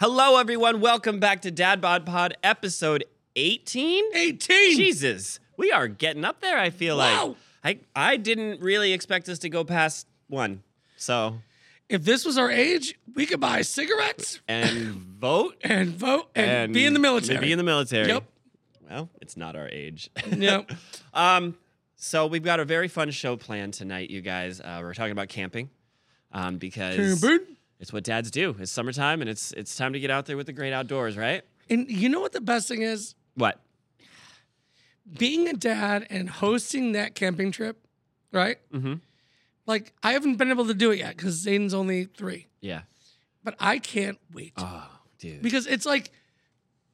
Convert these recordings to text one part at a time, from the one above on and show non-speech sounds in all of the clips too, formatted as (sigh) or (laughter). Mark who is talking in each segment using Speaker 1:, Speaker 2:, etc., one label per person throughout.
Speaker 1: Hello, everyone. Welcome back to Dad Bod Pod, episode 18.
Speaker 2: 18.
Speaker 1: Jesus, we are getting up there, I feel
Speaker 2: Wow.
Speaker 1: like. I, I didn't really expect us to go past one. So,
Speaker 2: If this was our age, we could buy cigarettes
Speaker 1: and
Speaker 2: (laughs)
Speaker 1: vote
Speaker 2: and vote and, be in the military.
Speaker 1: Be in the military.
Speaker 2: Yep.
Speaker 1: Well, it's not our age. (laughs)
Speaker 2: Yep.
Speaker 1: Um, so we've got a very fun show planned tonight, you guys. Uh, we're talking about camping, um, because
Speaker 2: Camping.
Speaker 1: it's what dads do. It's summertime, and it's it's time to get out there with the great outdoors, right?
Speaker 2: And you know what the best thing is?
Speaker 1: What?
Speaker 2: Being a dad and hosting that camping trip, right?
Speaker 1: Mhm.
Speaker 2: Like, I haven't been able to do it yet because Zayden's only three,
Speaker 1: Yeah.
Speaker 2: but I can't wait
Speaker 1: Oh, dude.
Speaker 2: because it's like,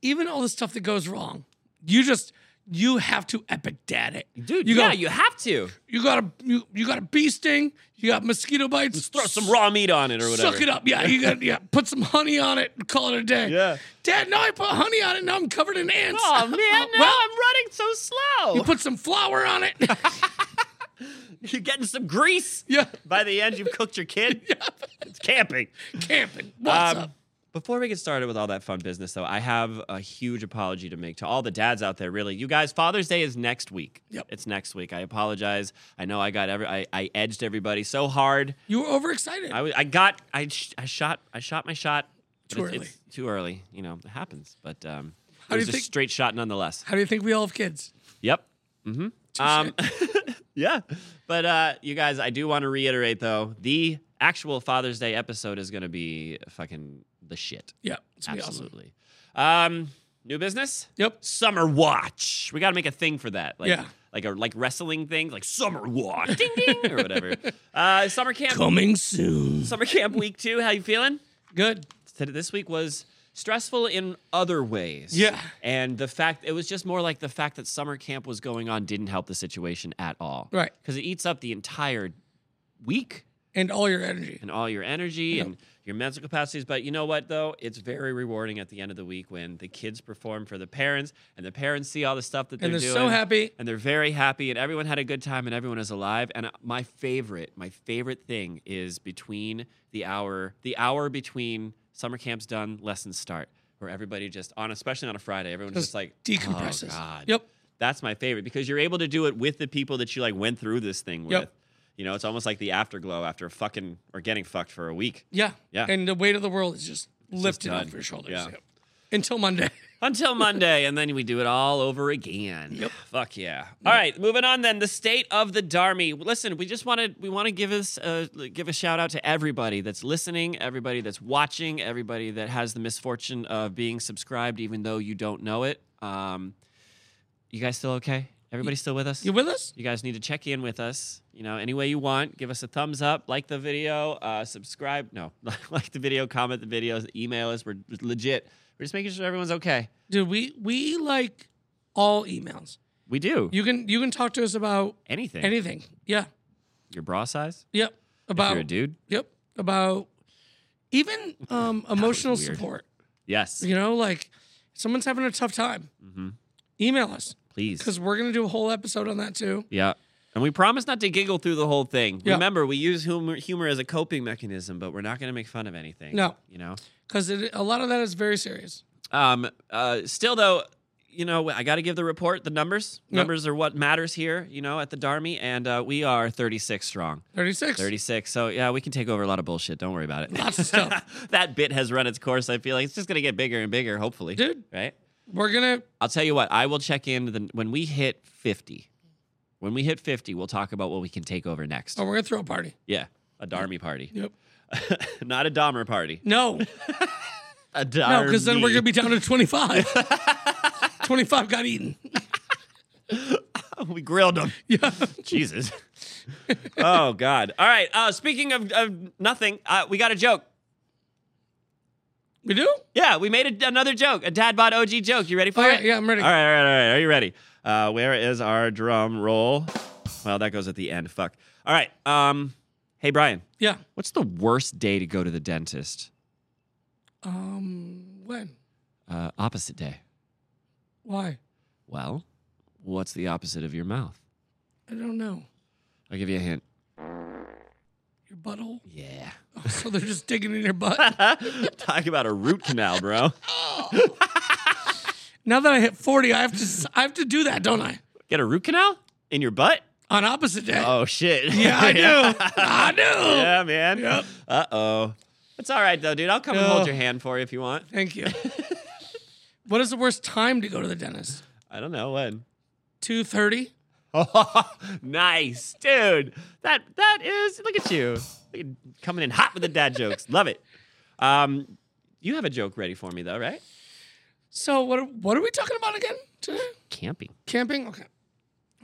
Speaker 2: even all the stuff that goes wrong, you just, you have to epic dad it.
Speaker 1: dude,
Speaker 2: you
Speaker 1: yeah,
Speaker 2: go-
Speaker 1: you have to
Speaker 2: You got a, you, you got a bee sting, you got mosquito bites,
Speaker 1: throw some raw meat on it or whatever. (laughs)
Speaker 2: Suck it up. Yeah, you got yeah. Put some honey on it and call it a day.
Speaker 1: Yeah.
Speaker 2: Dad, now I put honey on it. Now I'm covered in ants.
Speaker 1: Oh man, no,
Speaker 2: (laughs) well,
Speaker 1: I'm running so slow.
Speaker 2: you (laughs) put some flour on it. (laughs)
Speaker 1: You're getting some grease.
Speaker 2: yeah.
Speaker 1: By the end, you've cooked your (laughs) kid. It's camping.
Speaker 2: Camping. What's
Speaker 1: Um,
Speaker 2: up?
Speaker 1: Before we get started with all that fun business, though, I have a huge apology to make to all the dads out there. Really, you guys, Father's Day is next week.
Speaker 2: Yep.
Speaker 1: it's next week. I apologize. I know I got every, I, I edged everybody so hard.
Speaker 2: You were overexcited.
Speaker 1: I, w- I got, I, sh- I shot, I shot my shot. but
Speaker 2: Too
Speaker 1: it's-
Speaker 2: early.
Speaker 1: It's too early. You know, it happens. But um, it
Speaker 2: How do
Speaker 1: was
Speaker 2: you
Speaker 1: a
Speaker 2: think-
Speaker 1: straight shot nonetheless.
Speaker 2: How do you think we all have kids?
Speaker 1: Yep. Mm-hmm. (laughs) yeah. But uh, you guys, I do want to reiterate though, the actual Father's Day episode is going to be fucking the shit.
Speaker 2: Yeah. It's gonna be awesome.
Speaker 1: Absolutely. Um, new business.
Speaker 2: Yep.
Speaker 1: Summer watch. We got to make a thing for that. Like,
Speaker 2: Yeah.
Speaker 1: Like a like wrestling thing, like summer
Speaker 2: (laughs)
Speaker 1: watch, ding ding or whatever. Uh, summer camp.
Speaker 2: Coming soon.
Speaker 1: Summer camp week two. How you feeling?
Speaker 2: Good.
Speaker 1: Said it This week was stressful in other ways.
Speaker 2: Yeah.
Speaker 1: And the fact it was just more like the fact that summer camp was going on didn't help the situation at all.
Speaker 2: Right.
Speaker 1: Because it eats up the entire week
Speaker 2: And all your energy.
Speaker 1: and all your energy and your mental capacities. But you know what, though? It's very rewarding at the end of the week when the kids perform for the parents and the parents see all the stuff that
Speaker 2: And
Speaker 1: they're,
Speaker 2: they're
Speaker 1: doing.
Speaker 2: so happy.
Speaker 1: And they're very happy, and everyone had a good time, and everyone is alive. And uh, my favorite, my favorite thing is between the hour, the hour between summer camp's done, lessons start, where everybody just on, especially on a Friday, everyone's just,
Speaker 2: Just
Speaker 1: like
Speaker 2: decompresses.
Speaker 1: Oh, God.
Speaker 2: Yep.
Speaker 1: That's my favorite because you're able to do it with the people that you like went through this thing with.
Speaker 2: Yep.
Speaker 1: You know, it's almost like the afterglow after fucking or getting fucked for a week. (laughs)
Speaker 2: Yeah.
Speaker 1: Yeah.
Speaker 2: And the weight of the world is just lifted
Speaker 1: done.
Speaker 2: off your shoulders.
Speaker 1: Yeah.
Speaker 2: Yep. Until Monday. (laughs)
Speaker 1: Until Monday, and then we do it all over again.
Speaker 2: Yep.
Speaker 1: Fuck yeah. All right, moving on then. The state of the Dharmy. Listen, we just wanted we want to give us uh, give a shout out to everybody that's listening, everybody that's watching, everybody that has the misfortune of being subscribed, even though you don't know it. Um, you guys still okay? Everybody still with us?
Speaker 2: You with us?
Speaker 1: You guys need to check in with us, you know, any way you want. Give us a thumbs up, like the video, uh, subscribe. No, (laughs) like the video, comment the videos, email us. We're legit. We're just making sure everyone's okay.
Speaker 2: Dude, we we like all emails.
Speaker 1: We do
Speaker 2: You can you can talk to us about
Speaker 1: anything.
Speaker 2: anything. Yeah.
Speaker 1: Your bra size?
Speaker 2: Yep.
Speaker 1: If
Speaker 2: About
Speaker 1: you're a dude?
Speaker 2: Yep. About
Speaker 1: (laughs)
Speaker 2: even um, emotional
Speaker 1: weird.
Speaker 2: support.
Speaker 1: Yes.
Speaker 2: You know, like someone's having a tough time.
Speaker 1: Mhm.
Speaker 2: Email us
Speaker 1: Please.
Speaker 2: because we're going to do a whole episode on that too.
Speaker 1: Yeah. And we promise not to giggle through the whole thing.
Speaker 2: Yeah.
Speaker 1: Remember, we use humor, humor as a coping mechanism, but we're not going to make fun of anything.
Speaker 2: No.
Speaker 1: You know?
Speaker 2: Because a lot of that is very serious.
Speaker 1: Um, uh, still, though, you know, I got to give the report the numbers.
Speaker 2: Yep.
Speaker 1: Numbers are what matters here, you know, at the Darmy, and uh, we are 36 strong.
Speaker 2: 36.
Speaker 1: 36. So, yeah, we can take over a lot of bullshit. Don't worry about it.
Speaker 2: Lots of stuff.
Speaker 1: (laughs) that bit has run its course. I feel like it's just going to get bigger and bigger, hopefully.
Speaker 2: Dude.
Speaker 1: Right?
Speaker 2: We're going to,
Speaker 1: I'll tell you what, I will check in the, when we hit 50. When we hit 50, we'll talk about what we can take over next.
Speaker 2: oh, we're going to throw a party.
Speaker 1: Yeah, a Darmy party.
Speaker 2: Yep.
Speaker 1: (laughs) Not a Dahmer party. (laughs)
Speaker 2: No,
Speaker 1: A
Speaker 2: no,
Speaker 1: Darmy.
Speaker 2: because then we're going to be down to 25. 25 got eaten.
Speaker 1: (laughs)
Speaker 2: (laughs)
Speaker 1: we grilled them.
Speaker 2: Yeah.
Speaker 1: Jesus. oh God. All right. Uh, speaking of, of nothing, uh, we got a joke.
Speaker 2: We do?
Speaker 1: Yeah, we made a, another joke, a dad bod OG joke. You ready for
Speaker 2: All
Speaker 1: it?
Speaker 2: right. Oh, Yeah, I'm ready.
Speaker 1: All right, all right, all right. Are you ready? Uh, where is our drum roll? Well, that goes at the end. Fuck. All right. Um, hey Brian,
Speaker 2: Yeah.
Speaker 1: what's the worst day to go to the dentist?
Speaker 2: Um, when?
Speaker 1: Uh, opposite day.
Speaker 2: Why?
Speaker 1: Well, what's the opposite of your mouth?
Speaker 2: I don't know.
Speaker 1: I'll give you a hint.
Speaker 2: Your butthole. (laughs)
Speaker 1: Yeah. (laughs)
Speaker 2: So they're just digging in your butt.
Speaker 1: Talk about a root canal, bro.
Speaker 2: Now that I hit 40, I have to I have to do that, don't I?
Speaker 1: Get a root canal in your butt?
Speaker 2: On opposite day.
Speaker 1: Oh shit.
Speaker 2: (laughs) yeah, I do.
Speaker 1: (laughs)
Speaker 2: I do.
Speaker 1: yeah, man.
Speaker 2: Yep.
Speaker 1: Uh oh. It's all right though, dude. I'll come and hold
Speaker 2: No.
Speaker 1: your hand for you if you want.
Speaker 2: Thank you. (laughs) what is the worst time to go to the dentist?
Speaker 1: I don't know
Speaker 2: (laughs)
Speaker 1: when.
Speaker 2: 2:30?
Speaker 1: nice, dude. That that is. Look at you Look at- coming in hot with the dad jokes. Love it. Um, you have a joke ready for me though, right?
Speaker 2: So what are, what are we talking about again today?
Speaker 1: Camping.
Speaker 2: Camping? Okay.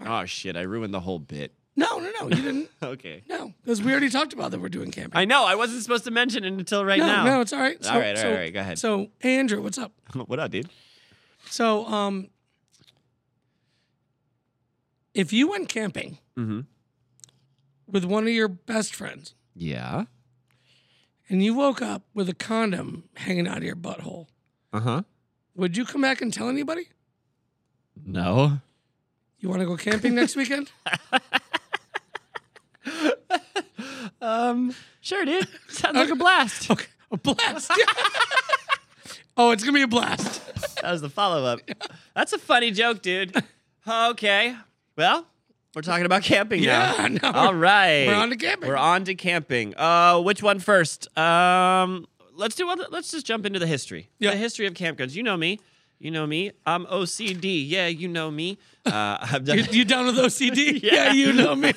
Speaker 1: Oh shit! I ruined the whole bit.
Speaker 2: No, no, no. You didn't.
Speaker 1: Okay.
Speaker 2: No, because we already talked about that we're doing camping.
Speaker 1: I know. I wasn't supposed to mention it until right
Speaker 2: no,
Speaker 1: now.
Speaker 2: no, it's all right. So,
Speaker 1: All right, all
Speaker 2: so,
Speaker 1: right, all right, go ahead.
Speaker 2: So, hey, Andrew, what's up?
Speaker 1: (laughs) what up, dude?
Speaker 2: So, um, if you went camping
Speaker 1: Mm-hmm.
Speaker 2: with one of your best friends
Speaker 1: Yeah.
Speaker 2: and you woke up with a condom hanging out of your butthole,
Speaker 1: Uh huh.
Speaker 2: would you come back and tell anybody?
Speaker 1: No.
Speaker 2: You want to go camping
Speaker 1: (laughs)
Speaker 2: next weekend?
Speaker 1: Um. Sure, dude. Sounds
Speaker 2: (laughs)
Speaker 1: like a blast.
Speaker 2: Okay, a blast. (laughs) oh, it's gonna be a blast.
Speaker 1: That was the follow up. That's a funny joke, dude. Okay. Well, we're talking about camping
Speaker 2: Yeah,
Speaker 1: now.
Speaker 2: now
Speaker 1: All
Speaker 2: we're-
Speaker 1: right.
Speaker 2: we're on to camping.
Speaker 1: We're on to camping. Uh, which one first? Um, let's do one. Let's just jump into the history.
Speaker 2: Yeah.
Speaker 1: The history of campgrounds. You know me. You know me. I'm OCD. Yeah, you know me. Uh, (laughs) I've
Speaker 2: You,
Speaker 1: done.
Speaker 2: you down with
Speaker 1: (laughs)
Speaker 2: OCD?
Speaker 1: Yeah.
Speaker 2: you know me.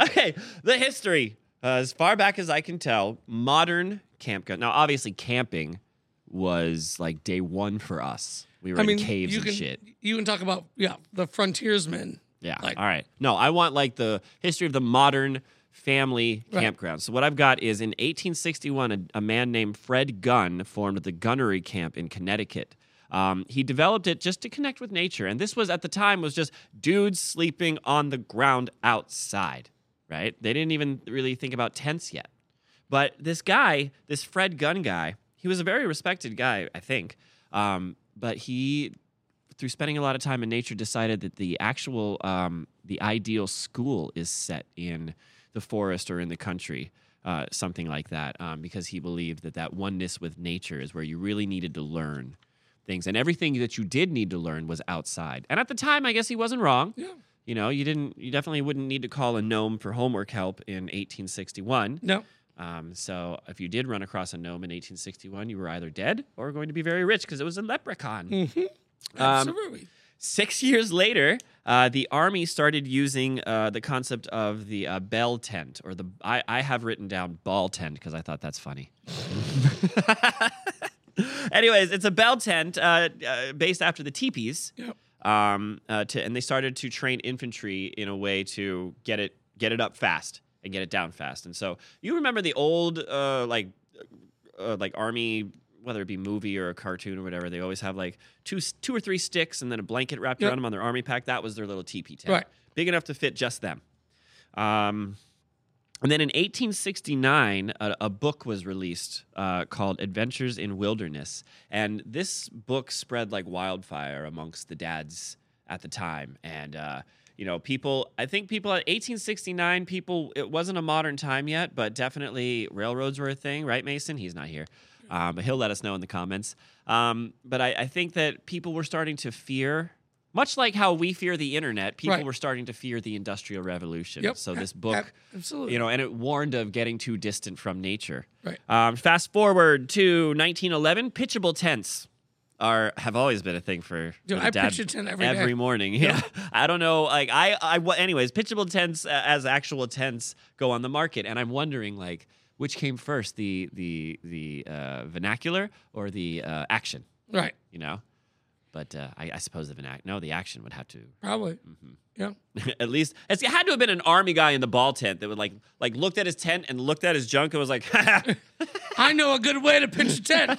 Speaker 1: okay. The history. Uh, as far back as I can tell, modern campground. Now, obviously, camping was like day one for us. We were
Speaker 2: I mean,
Speaker 1: in caves
Speaker 2: you
Speaker 1: and
Speaker 2: can
Speaker 1: shit.
Speaker 2: you can talk about yeah the frontiersmen.
Speaker 1: Yeah.
Speaker 2: Like-
Speaker 1: All right. No, I want like the history of the modern family
Speaker 2: Right.
Speaker 1: campground. So what I've got is in 1861, a, a man named Fred Gunn formed the Gunnery Camp in Connecticut. Um, he developed it just to connect with nature, and this was at the time was just dudes sleeping on the ground outside. Right? They didn't even really think about tents yet. But this guy, this Fred Gunn guy, he was a very respected guy, I think. Um, but he, through spending a lot of time in nature, decided that the actual, um, the ideal school is set in the forest or in the country, uh, something like that, um, because he believed that that oneness with nature is where you really needed to learn things. And everything that you did need to learn was outside. And at the time, I guess he wasn't wrong.
Speaker 2: Yeah.
Speaker 1: You know, you didn't, you definitely wouldn't need to call a gnome for homework help in 1861.
Speaker 2: No.
Speaker 1: Um, so if you did run across a gnome in 1861, you were either dead or going to be very rich because it was a leprechaun.
Speaker 2: Absolutely.
Speaker 1: Six (laughs) years later, uh, the army started using uh, the concept of the uh, bell tent, or the I, I have written down ball tent because I thought that's funny. (laughs) Anyways, it's a bell tent uh, uh, based after the teepees,
Speaker 2: Yep.
Speaker 1: um, uh, to, and they started to train infantry in a way to get it get it up fast and get it down fast. And so you remember the old uh, like uh, like army whether it be movie or a cartoon or whatever they always have like two s- two or three sticks and then a blanket wrapped
Speaker 2: Yep.
Speaker 1: around them on their army pack that was their little teepee tent
Speaker 2: Right.
Speaker 1: big enough to fit just them um, and then in 1869, a, a book was released uh, called Adventures in Wilderness. And this book spread like wildfire amongst the dads at the time. And, uh, you know, people, I think people at 1869, people, it wasn't a modern time yet, but definitely railroads were a thing, right, Mason? He's not here. Um, but he'll let us know in the comments. Um, but I, I think that people were starting to fear, much like how we fear the internet, people
Speaker 2: Right.
Speaker 1: were starting to fear the Industrial Revolution.
Speaker 2: Yep.
Speaker 1: So
Speaker 2: (laughs)
Speaker 1: this book
Speaker 2: Absolutely.
Speaker 1: you know, and it warned of getting too distant from nature.
Speaker 2: Right.
Speaker 1: Um, fast forward to 1911, pitchable tents are have always been a thing for
Speaker 2: Dude,
Speaker 1: for the
Speaker 2: I
Speaker 1: dad
Speaker 2: pitch a tent every day.
Speaker 1: morning. (laughs) Yeah, I don't know. Like I, I, wa- anyways, pitchable tents uh, as actual tents go on the market, and I'm wondering like which came first, the the the uh, vernacular or the uh, action?
Speaker 2: right.
Speaker 1: You know, but uh, I, I suppose the vernac No, the action would have to
Speaker 2: Probably.
Speaker 1: Mm-hmm.
Speaker 2: Yeah.
Speaker 1: at least it's- it had to have been an army guy in the ball tent that would like like looked at his tent and looked at his junk and was like (laughs)
Speaker 2: I know a good way to pitch a tent.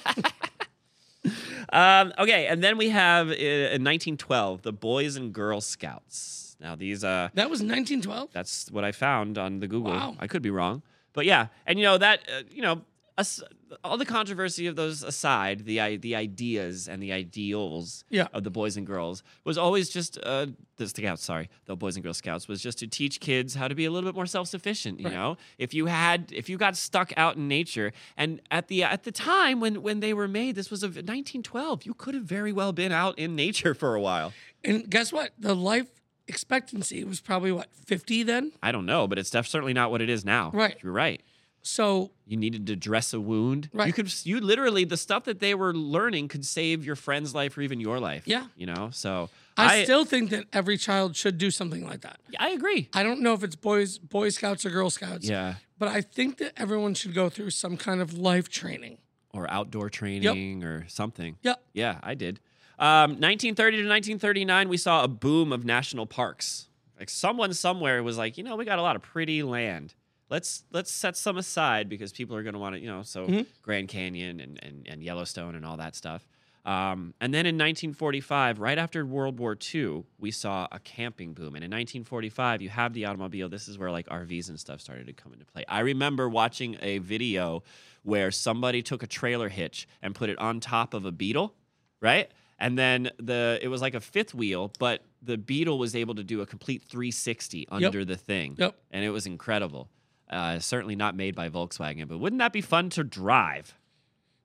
Speaker 1: um, okay and then we have uh, in 1912 the boys and girl scouts now these uh
Speaker 2: that was 1912.
Speaker 1: that's what i found on the google
Speaker 2: Wow.
Speaker 1: i could be wrong but yeah and you know that uh, you know as- all the controversy of those aside, the i- the ideas and the ideals
Speaker 2: Yeah.
Speaker 1: of the boys and girls was always just uh, the scouts. Sorry, the boys and girl scouts was just to teach kids how to be a little bit more self sufficient. You
Speaker 2: Right.
Speaker 1: know, if you had if you got stuck out in nature, and at the at the time when when they were made, this was a 1912. You could have very well been out in nature (laughs) for a while.
Speaker 2: And guess what? The life expectancy was probably what, 50 then?
Speaker 1: I don't know, but it's def- certainly not what it is now.
Speaker 2: Right.
Speaker 1: you're right.
Speaker 2: So
Speaker 1: You needed to dress a wound. You
Speaker 2: Right.
Speaker 1: could you literally the stuff that they were learning could save your friend's life or even your life.
Speaker 2: Yeah.
Speaker 1: You know? So
Speaker 2: I, still think that every child should do something like that.
Speaker 1: I agree.
Speaker 2: I don't know if it's boys boy scouts or girl scouts.
Speaker 1: Yeah.
Speaker 2: But I think that everyone should go through some kind of life training.
Speaker 1: Or outdoor training or something.
Speaker 2: Yep.
Speaker 1: Yeah, I did. Um, 1930 to 1939, we saw a boom of national parks. Like someone somewhere was like, you know, we got a lot of pretty land. Let's let's set some aside because people are going to want to, you know, so Grand Canyon and, and, and Yellowstone and all that stuff. Um, and then in 1945, right after World War II, we saw a camping boom. And in 1945, you have the automobile. This is where like RVs and stuff started to come into play. I remember watching a video where somebody took a trailer hitch and put it on top of a Beetle right? And then the it was like a fifth wheel, but the Beetle was able to do a complete 360 under the thing,
Speaker 2: Yep.
Speaker 1: and it was incredible. Uh, certainly not made by Volkswagen, but wouldn't that be fun to drive?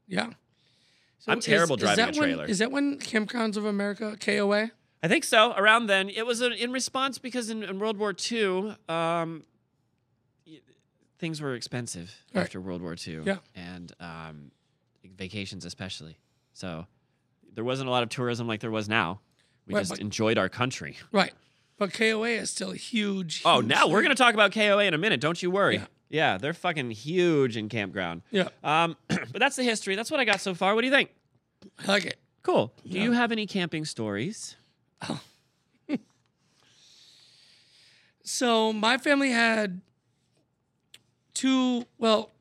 Speaker 2: Yeah.
Speaker 1: I'm
Speaker 2: is-
Speaker 1: terrible
Speaker 2: is
Speaker 1: driving
Speaker 2: that
Speaker 1: a
Speaker 2: when-
Speaker 1: trailer.
Speaker 2: is that when Campgrounds of America KOA?
Speaker 1: I think so. Around then, it was a, in response because in, in World War II, um, y- things were expensive
Speaker 2: Right.
Speaker 1: after World War II,
Speaker 2: Yeah.
Speaker 1: and um, vacations especially. So there wasn't a lot of tourism like there was now. We
Speaker 2: Right,
Speaker 1: just
Speaker 2: but-
Speaker 1: enjoyed our country.
Speaker 2: Right. But KOA is still a huge.
Speaker 1: Oh,
Speaker 2: (laughs) huge
Speaker 1: now we're
Speaker 2: thing.
Speaker 1: going to talk about KOA in a minute. Don't you worry. Yeah,
Speaker 2: Yeah.
Speaker 1: they're fucking huge in campground.
Speaker 2: Yeah,
Speaker 1: Um, (clears throat) but that's the history. That's what I got so far. What do you think?
Speaker 2: I like it.
Speaker 1: Cool. Do you have any camping stories?
Speaker 2: So my family had two. Well,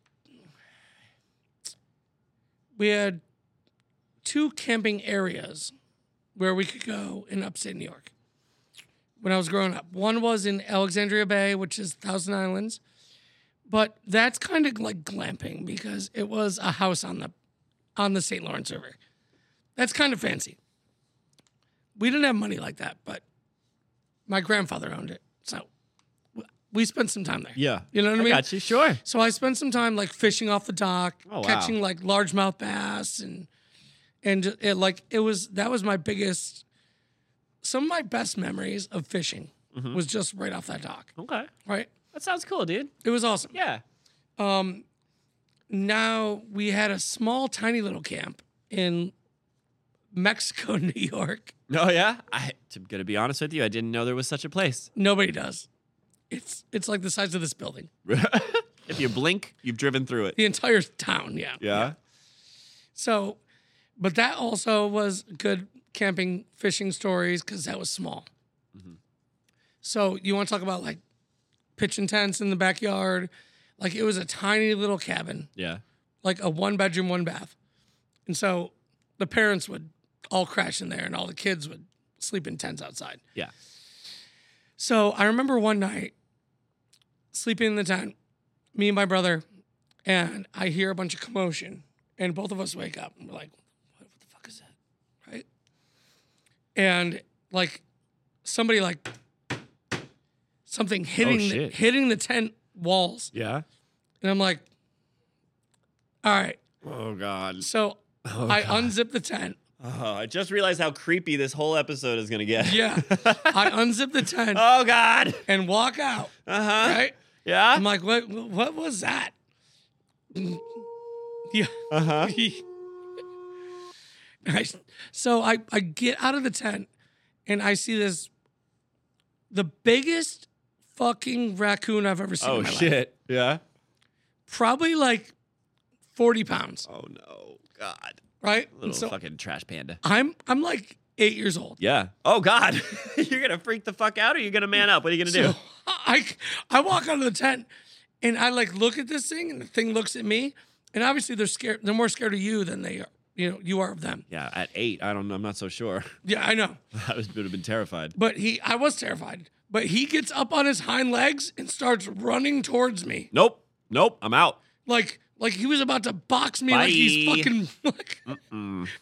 Speaker 2: we had two camping areas where we could go in upstate New York when I was growing up. One was in Alexandria Bay, which is Thousand Islands, but that's kind of like glamping because it was a house on the on the St. Lawrence River. That's kind of fancy. We didn't have money like that, but my grandfather owned it, so we spent some time there.
Speaker 1: Yeah.
Speaker 2: you know what I
Speaker 1: I
Speaker 2: mean.
Speaker 1: got you. Sure.
Speaker 2: So I spent some time like fishing off the dock,
Speaker 1: Oh, wow.
Speaker 2: catching like largemouth bass, and and ju- it, like it was that was my biggest, some of my best memories of fishing
Speaker 1: Mm-hmm.
Speaker 2: was just right off that dock.
Speaker 1: Okay.
Speaker 2: Right,
Speaker 1: That sounds cool, dude.
Speaker 2: it was awesome. Um,
Speaker 1: Yeah.
Speaker 2: Now we had a small, tiny little camp in Mexico, (laughs) New York.
Speaker 1: Oh, yeah? I, to, gonna be honest with you, I didn't know there was such a place. (laughs)
Speaker 2: Nobody does. It's it's like the size of this building.
Speaker 1: if you blink, you've driven through it.
Speaker 2: The entire town. Yeah.
Speaker 1: Yeah.
Speaker 2: So, but that also was good camping fishing stories because that was small. So you want to talk about like pitching tents in the backyard? Like it was a tiny little cabin,
Speaker 1: Yeah.
Speaker 2: like a one bedroom, one bath, and so the parents would all crash in there, and all the kids would sleep in tents outside.
Speaker 1: Yeah.
Speaker 2: So I remember one night sleeping in the tent, me and my brother, and I hear a bunch of commotion, and both of us wake up and we're like, "What the fuck is that?" Right? And like somebody like something hitting the,
Speaker 1: Oh, shit.
Speaker 2: hitting the tent walls,
Speaker 1: Yeah.
Speaker 2: and I'm like, "All right."
Speaker 1: Oh, God.
Speaker 2: So I unzip the tent.
Speaker 1: Oh, I just realized how creepy this whole episode is gonna get. (laughs)
Speaker 2: Yeah, I unzip the tent
Speaker 1: Oh, God.
Speaker 2: and walk out.
Speaker 1: Uh huh.
Speaker 2: Right? I'm
Speaker 1: Yeah.
Speaker 2: like, what? What was that? Yeah.
Speaker 1: Uh
Speaker 2: (laughs)
Speaker 1: huh.
Speaker 2: I, so I, I get out of the tent and I see this, the biggest fucking raccoon I've ever seen.
Speaker 1: Oh,
Speaker 2: in my life.
Speaker 1: shit. Yeah.
Speaker 2: Probably like forty pounds,
Speaker 1: Oh no, God!
Speaker 2: right? And
Speaker 1: Little
Speaker 2: so
Speaker 1: fucking trash panda.
Speaker 2: I'm I'm like eight years old.
Speaker 1: Yeah. Oh God! (laughs) you're gonna freak the fuck out, or you're gonna
Speaker 2: (laughs)
Speaker 1: man up? What are you gonna do?
Speaker 2: So I I walk out of the tent and I like look at this thing and the thing looks at me and obviously they're scared. They're more scared of you than they are. You know, you are of them.
Speaker 1: Yeah, at eight, I don't. I'm not so sure.
Speaker 2: Yeah, I know.
Speaker 1: (laughs) I was, would have been terrified.
Speaker 2: But he, I was terrified. But he gets up on his hind legs and starts running towards me,
Speaker 1: Nope. Nope. I'm out.
Speaker 2: like Like he was about to box me like
Speaker 1: Bye.
Speaker 2: he's fucking like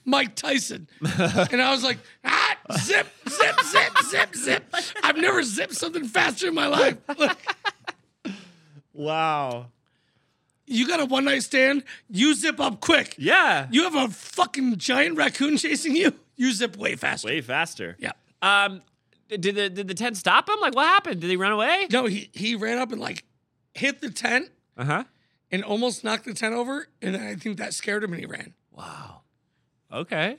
Speaker 2: Mike Tyson. and I was like, ah, zip, zip, zip, zip, zip. I've never zipped something faster in my life. Like,
Speaker 1: Wow.
Speaker 2: you got a one night stand, you zip up quick.
Speaker 1: Yeah.
Speaker 2: You have a fucking giant raccoon chasing you, you zip way faster.
Speaker 1: Way faster.
Speaker 2: Yeah.
Speaker 1: Um, did the did the tent stop him? Like, what happened? Did he run away?
Speaker 2: No, he, he ran up and like hit the tent
Speaker 1: Uh huh.
Speaker 2: and almost knocked the tent over. And I think that scared him and he ran.
Speaker 1: Wow. Okay.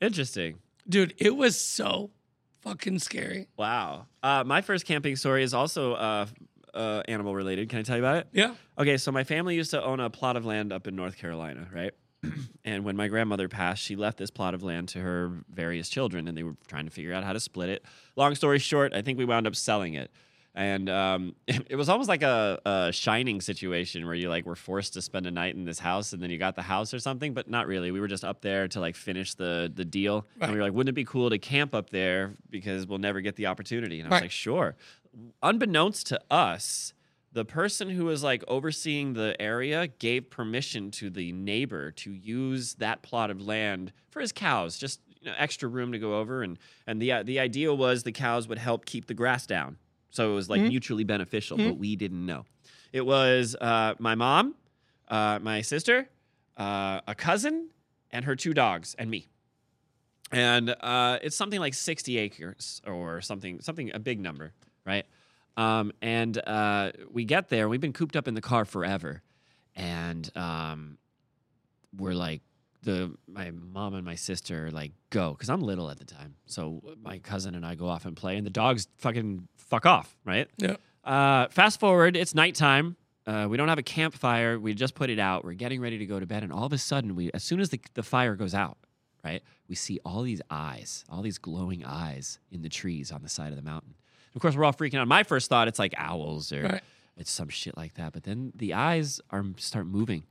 Speaker 1: Interesting.
Speaker 2: Dude, it was so fucking scary.
Speaker 1: Wow. Uh, my first camping story is also uh, uh, animal related. Can I tell you about it?
Speaker 2: Yeah.
Speaker 1: Okay, so my family used to own a plot of land up in North Carolina, right? (clears throat) and when my grandmother passed, she left this plot of land to her various children, and they were trying to figure out how to split it. Long story short, I think we wound up selling it. And um, (laughs) it was almost like a, a shining situation where you like were forced to spend a night in this house, and then you got the house or something, but not really. We were just up there to like finish the the deal, and we were like, "Wouldn't it be cool to camp up there because we'll never get the opportunity?" And I was
Speaker 2: Right.
Speaker 1: like, "Sure." Unbeknownst to us, the person who was like overseeing the area gave permission to the neighbor to use that plot of land for his cows just you know, extra room to go over and and the the idea was the cows would help keep the grass down so it was like mutually beneficial but we didn't know it was uh, my mom uh, my sister uh, a cousin and her two dogs and me and uh, it's something like 60 acres or something something a big number right um, and uh, we get there we've been cooped up in the car forever and um, we're like the my mom and my sister like go because i'm little at the time so my cousin and i go off and play and the dogs fucking fuck off right
Speaker 2: Yeah.
Speaker 1: uh, fast forward, it's nighttime. Uh, we don't have a campfire. We just put it out. We're getting ready to go to bed, and all of a sudden, we as soon as the, the fire goes out, right, we see all these eyes, all these glowing eyes in the trees on the side of the mountain. Of course, we're all freaking out. My first thought, it's like owls or
Speaker 2: Right.
Speaker 1: it's some shit like that. But then the eyes are start moving,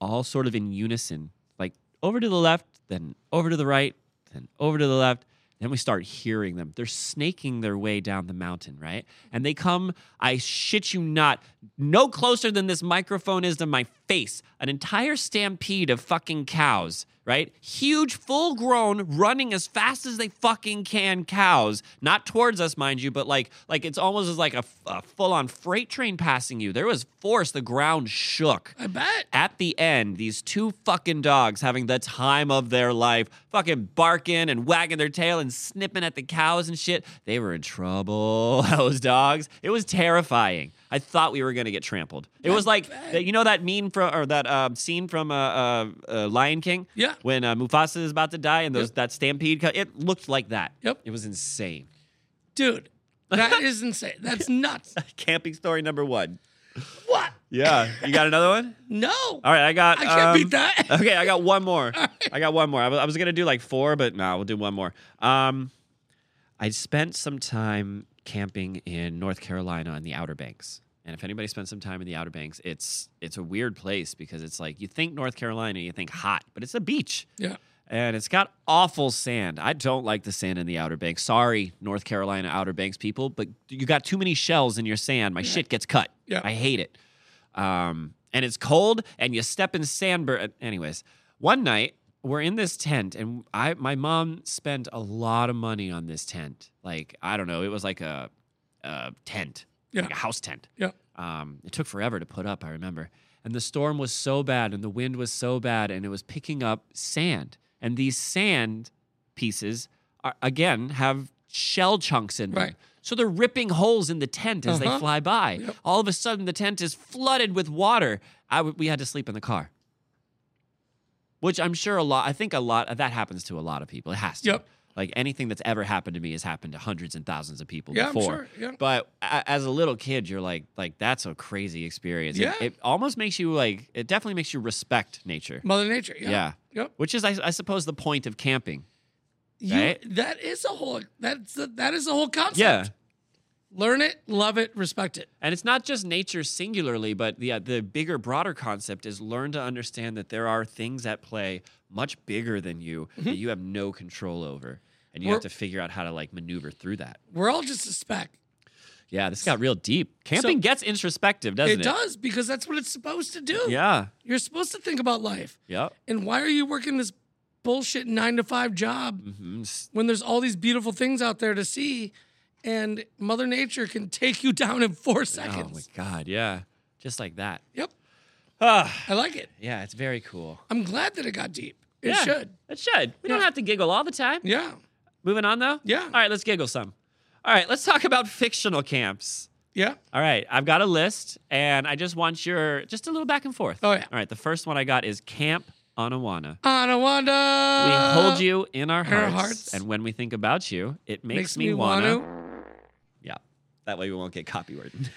Speaker 1: all sort of in unison, like over to the left, then over to the right, then over to the left. Then we start hearing them. They're snaking their way down the mountain, right? And they come, I shit you not, no closer than this microphone is to my face. An entire stampede of fucking cows, right? Huge, full grown, running as fast as they fucking can cows. Not towards us, mind you, but like, like it's almost as like a, full on freight train passing you. There was force, the ground shook
Speaker 2: I bet.
Speaker 1: at the end, these two fucking dogs having the time of their life, fucking barking and wagging their tail and snipping at the cows and shit. They were in trouble, (laughs) those dogs. It was terrifying. I thought we were gonna get trampled. It was like that- you know that meme from or that um, scene from uh, uh, uh, Lion King.
Speaker 2: Yeah.
Speaker 1: When uh, Mufasa is about to die and those that stampede, co- it looked like that.
Speaker 2: Yep.
Speaker 1: It was insane.
Speaker 2: Dude, that is insane.
Speaker 1: (laughs)
Speaker 2: That's nuts.
Speaker 1: Camping story number one.
Speaker 2: What?
Speaker 1: Yeah. You got another one?
Speaker 2: No.
Speaker 1: All right, I got.
Speaker 2: I can't beat
Speaker 1: Uh, um,
Speaker 2: that.
Speaker 1: (laughs) Okay, I got one more. I got one more. I was, I was gonna do like four, but no, we'll do one more. Um, I spent some time camping in North Carolina on the Outer Banks, and if anybody spends some time in the Outer Banks, it's it's a weird place because it's like you think North Carolina, you think hot, but it's a beach.
Speaker 2: Yeah.
Speaker 1: And it's got awful sand. I don't like the sand in the Outer Banks. Sorry, North Carolina Outer Banks people, but you got too many shells in your sand. My shit gets cut.
Speaker 2: Yeah.
Speaker 1: I hate it. Um, and it's cold, and you step in sandbur. Anyways, one night we're in this tent, and I my mom spent a lot of money on this tent. Like I don't know, it was like a, a tent,
Speaker 2: Yeah.
Speaker 1: like a house tent.
Speaker 2: Yeah.
Speaker 1: Um, it took forever to put up, I remember. And the storm was so bad, and the wind was so bad, and it was picking up sand. And these sand pieces are again have shell chunks in them.
Speaker 2: Right.
Speaker 1: So they're ripping holes in the tent as they
Speaker 2: Uh-huh.
Speaker 1: fly by.
Speaker 2: Yep.
Speaker 1: All of a sudden, the tent is flooded with water. I w- we had to sleep in the car, which I'm sure a lot. I think a lot that happens to a lot of people. It has to.
Speaker 2: Yep.
Speaker 1: Like anything that's ever happened to me has happened to hundreds and thousands of people
Speaker 2: Yeah, I'm
Speaker 1: before.
Speaker 2: sure. Yeah.
Speaker 1: But a- as a little kid, you're like, like that's a crazy experience. It-
Speaker 2: Yeah.
Speaker 1: It, almost makes you like, it definitely makes you respect nature.
Speaker 2: Mother Nature. Yeah.
Speaker 1: Yeah.
Speaker 2: Yep.
Speaker 1: Which is, I, I suppose, the point of camping.
Speaker 2: You,
Speaker 1: Right?
Speaker 2: That is a whole. That's a, that is a whole concept.
Speaker 1: Yeah.
Speaker 2: Learn it, love it, respect it.
Speaker 1: And it's not just nature singularly, but the uh, the bigger, broader concept is learn to understand that there are things at play much bigger than you
Speaker 2: Mm-hmm.
Speaker 1: that you have no control over, and you have
Speaker 2: We're-
Speaker 1: to figure out how to like maneuver through that.
Speaker 2: We're all just a speck.
Speaker 1: Yeah, this got real deep. Camping gets introspective,
Speaker 2: It,
Speaker 1: doesn't it?
Speaker 2: does because that's what it's supposed to do.
Speaker 1: Yeah.
Speaker 2: You're supposed to think about life.
Speaker 1: Yep.
Speaker 2: And why are you working this bullshit nine to five job
Speaker 1: hmm
Speaker 2: when there's all these beautiful things out there to see and Mother Nature can take you down in
Speaker 1: Oh
Speaker 2: four
Speaker 1: my
Speaker 2: seconds?
Speaker 1: God. Yeah. Just like that.
Speaker 2: Yep.
Speaker 1: Ah,
Speaker 2: I like it.
Speaker 1: yeah, it's very cool.
Speaker 2: I'm glad that it got deep. It
Speaker 1: Yeah,
Speaker 2: should.
Speaker 1: It should. We don't
Speaker 2: Yeah.
Speaker 1: have to giggle all the time.
Speaker 2: Yeah.
Speaker 1: Moving on though.
Speaker 2: Yeah.
Speaker 1: All right, let's giggle some. All right, let's talk about fictional camps.
Speaker 2: Yeah.
Speaker 1: All right, I've got a list, and I just want your just a little back and forth.
Speaker 2: Oh, yeah.
Speaker 1: All right, the first one I got is Camp Anawana.
Speaker 2: Anawanda.
Speaker 1: We hold you in our
Speaker 2: in our
Speaker 1: hearts,
Speaker 2: Uh, hearts.
Speaker 1: and when we think about you, it makes,
Speaker 2: Makes
Speaker 1: me,
Speaker 2: me
Speaker 1: wanna.
Speaker 2: wanna
Speaker 1: Yeah, that way we won't get (laughs) copywritten.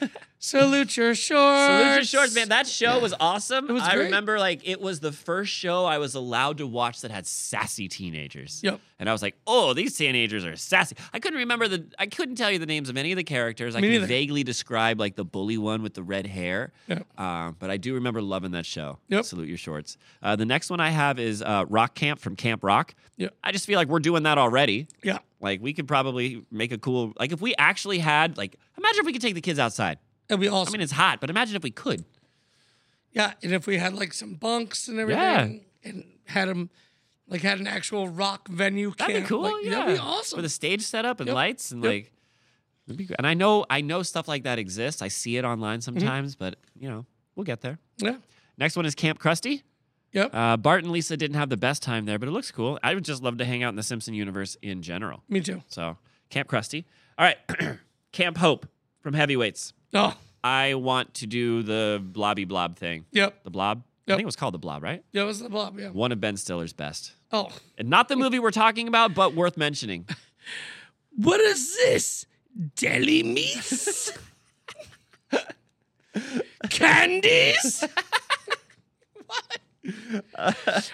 Speaker 2: salute your shorts.
Speaker 1: Salute your shorts, man. That show was awesome.
Speaker 2: It was
Speaker 1: I
Speaker 2: great.
Speaker 1: remember like it was the first show I was allowed to watch that had sassy teenagers.
Speaker 2: Yep.
Speaker 1: And I was like, oh, these teenagers are sassy. I couldn't remember the I couldn't tell you the names of any of the characters. I
Speaker 2: Me
Speaker 1: can
Speaker 2: neither.
Speaker 1: vaguely describe like the bully one with the red hair.
Speaker 2: Yeah.
Speaker 1: Um, but I do remember loving that show.
Speaker 2: Yep.
Speaker 1: Salute your shorts. Uh, the next one I have is uh, Rock Camp from Camp Rock.
Speaker 2: Yep.
Speaker 1: I just feel like we're doing that already.
Speaker 2: Yeah.
Speaker 1: Like we could probably make a cool like if we actually had like imagine if we could take the kids outside.
Speaker 2: That'd be
Speaker 1: I
Speaker 2: awesome.
Speaker 1: mean it's hot, but imagine if we could.
Speaker 2: yeah. And if we had like some bunks and everything and had them, like had an actual rock venue.
Speaker 1: That'd
Speaker 2: camp,
Speaker 1: be cool.
Speaker 2: like,
Speaker 1: yeah,
Speaker 2: That'd be awesome.
Speaker 1: With a stage setup and
Speaker 2: Yep.
Speaker 1: lights and
Speaker 2: Yep.
Speaker 1: like, it'd be great. And I know, I know stuff like that exists. I see it online
Speaker 2: Mm-hmm.
Speaker 1: sometimes, but you know, we'll get there.
Speaker 2: yeah.
Speaker 1: Next one is Camp Krusty.
Speaker 2: Yep.
Speaker 1: Uh, Bart and Lisa didn't have the best time there, but it looks cool. I would just love to hang out in the Simpson universe in general.
Speaker 2: Me too.
Speaker 1: So, Camp Krusty. All right, (clears throat) Camp Hope from Heavyweights.
Speaker 2: Oh,
Speaker 1: I want to do the blobby blob thing.
Speaker 2: yep.
Speaker 1: The blob. I
Speaker 2: Yep.
Speaker 1: think it was called the blob, right?
Speaker 2: Yeah, it was the blob. Yeah.
Speaker 1: One of Ben Stiller's best,
Speaker 2: Oh,
Speaker 1: and not the movie we're talking about, but worth
Speaker 2: (laughs)
Speaker 1: mentioning.
Speaker 2: what is this? Deli meats? Candies? what?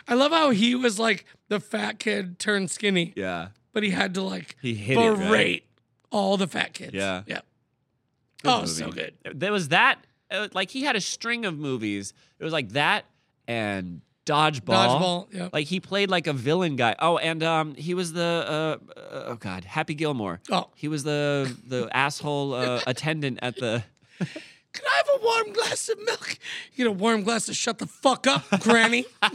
Speaker 2: I love how he was like the fat kid turned skinny,
Speaker 1: Yeah.
Speaker 2: but he had to like
Speaker 1: He hit it,
Speaker 2: berate
Speaker 1: right?
Speaker 2: all the fat kids.
Speaker 1: Yeah.
Speaker 2: Yeah.
Speaker 1: Good
Speaker 2: oh,
Speaker 1: movie.
Speaker 2: so good.
Speaker 1: There was that. Uh, like he had a string of movies. It was like that and Dodgeball.
Speaker 2: Dodgeball. Yeah.
Speaker 1: Like he played like a villain guy. Oh, and um, he was the uh, uh, oh god, Happy Gilmore.
Speaker 2: Oh,
Speaker 1: He was the (laughs) the asshole uh, attendant at the.
Speaker 2: can I have a warm glass of milk? You get a warm glass of shut the fuck up, Granny.
Speaker 1: (laughs)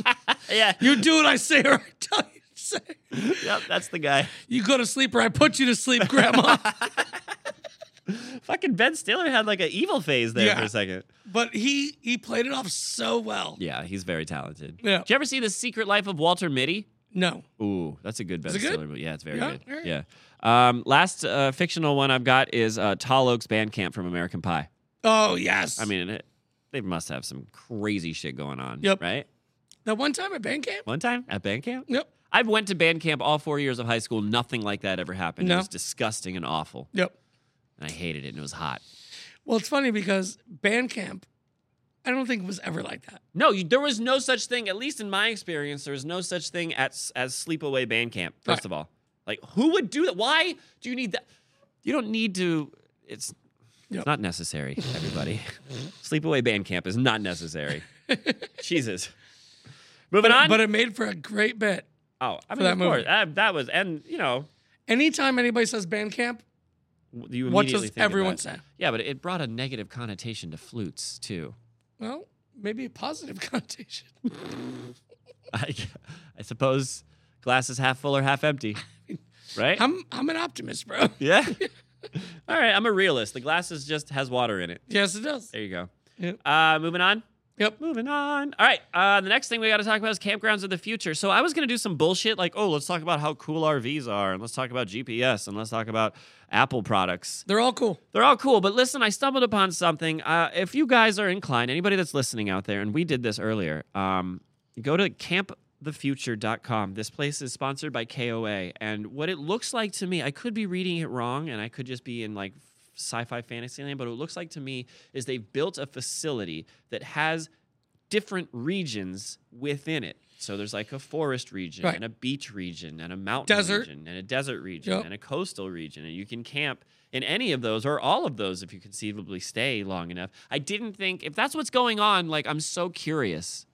Speaker 1: Yeah,
Speaker 2: you do what I say or I tell you to say.
Speaker 1: yep, that's the guy.
Speaker 2: You go to sleep or I put you to sleep, Grandma.
Speaker 1: Fucking Ben Stiller had like an evil phase there for
Speaker 2: Yeah.
Speaker 1: a second.
Speaker 2: but he he played it off so well.
Speaker 1: Yeah, he's very talented.
Speaker 2: Yeah.
Speaker 1: Did you ever see the Secret Life of Walter Mitty?
Speaker 2: No.
Speaker 1: Ooh, that's a good Ben
Speaker 2: it good?
Speaker 1: Stiller movie. Yeah, it's very
Speaker 2: Yeah?
Speaker 1: good.
Speaker 2: All right.
Speaker 1: Yeah. Um, last uh, fictional one I've got is uh, Tall Oaks Band Camp from American Pie.
Speaker 2: Oh yes.
Speaker 1: I mean, it, they must have some crazy shit going on.
Speaker 2: Yep.
Speaker 1: Right?
Speaker 2: that one time at band camp.
Speaker 1: One time at band camp?
Speaker 2: Yep.
Speaker 1: I've went to band camp all four years of high school. Nothing like that ever happened. It
Speaker 2: No.
Speaker 1: was disgusting and awful.
Speaker 2: Yep.
Speaker 1: And I hated it and it was hot.
Speaker 2: Well, it's funny because band camp, I don't think was ever like that.
Speaker 1: No, you, there was no such thing, at least in my experience, there was no such thing as, as sleepaway band camp, first
Speaker 2: Right.
Speaker 1: of all. Like, who would do that? Why do you need that? You don't need to. It's,
Speaker 2: Yep.
Speaker 1: it's not necessary,
Speaker 2: (laughs)
Speaker 1: everybody. sleepaway band camp is not necessary. Jesus. Moving
Speaker 2: But,
Speaker 1: on.
Speaker 2: but it made for a great bit.
Speaker 1: oh, I mean,
Speaker 2: that
Speaker 1: of course.
Speaker 2: movie.
Speaker 1: That, that was, and, you know,
Speaker 2: Anytime anybody says band camp,
Speaker 1: w- you
Speaker 2: what
Speaker 1: immediately
Speaker 2: does
Speaker 1: think about
Speaker 2: everyone
Speaker 1: it.
Speaker 2: say?
Speaker 1: Yeah, but it brought a negative connotation to flutes, too. (laughs)
Speaker 2: Well, maybe a positive (laughs) connotation.
Speaker 1: I, I suppose glass is half full or half
Speaker 2: (laughs)
Speaker 1: empty, right?
Speaker 2: I'm I'm an optimist,
Speaker 1: (laughs)
Speaker 2: bro.
Speaker 1: Yeah. All right, I'm a realist. The glass is just has water in it.
Speaker 2: Yes, it does.
Speaker 1: There you go.
Speaker 2: Yep.
Speaker 1: Uh, moving on.
Speaker 2: Yep.
Speaker 1: Moving on. All right. Uh, the next thing we got to talk about is campgrounds of the future. So I was gonna do some bullshit like, oh, let's talk about how cool RVs are, and let's talk about GPS, and let's talk about Apple products.
Speaker 2: They're all cool.
Speaker 1: They're all cool, but listen, I stumbled upon something. Uh, if you guys are inclined, anybody that's listening out there, and we did this earlier, um, go to campthefuture.com. This place is sponsored by KOA. And what it looks like to me, I could be reading it wrong and I could just be in like sci fi fantasy land, but what it looks like to me is they've built a facility that has different regions within it. So there's like a forest region
Speaker 2: Right.
Speaker 1: and a beach region and a mountain
Speaker 2: Desert.
Speaker 1: region and a desert region
Speaker 2: Yep.
Speaker 1: and a coastal region. And you can camp in any of those or all of those if you conceivably stay long enough. I didn't think, if that's what's going on, like I'm so curious.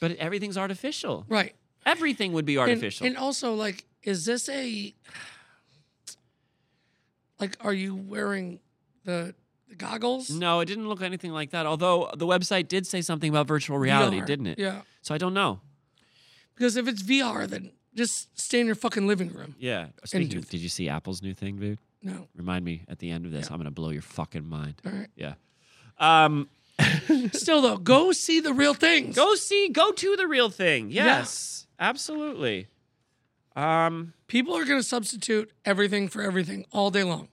Speaker 1: But everything's artificial.
Speaker 2: Right.
Speaker 1: Everything would be
Speaker 2: And-
Speaker 1: artificial.
Speaker 2: And, also, like, is this a like? Are you wearing the the, the goggles.
Speaker 1: No, it didn't look anything like that. Although the website did say something about virtual reality,
Speaker 2: VR.
Speaker 1: didn't it?
Speaker 2: Yeah.
Speaker 1: So I don't know.
Speaker 2: Because if it's VR, then just stay in your fucking living room.
Speaker 1: Yeah. Speaking
Speaker 2: do
Speaker 1: of, did you see Apple's new thing, dude?
Speaker 2: No.
Speaker 1: Remind me at the end of this. I'm gonna blow your fucking mind.
Speaker 2: All right.
Speaker 1: Yeah. Um,
Speaker 2: Still though, go see the real things.
Speaker 1: go see, go to the real thing.
Speaker 2: Yeah.
Speaker 1: Yes, absolutely. Um,
Speaker 2: People are going to substitute everything for everything all day long.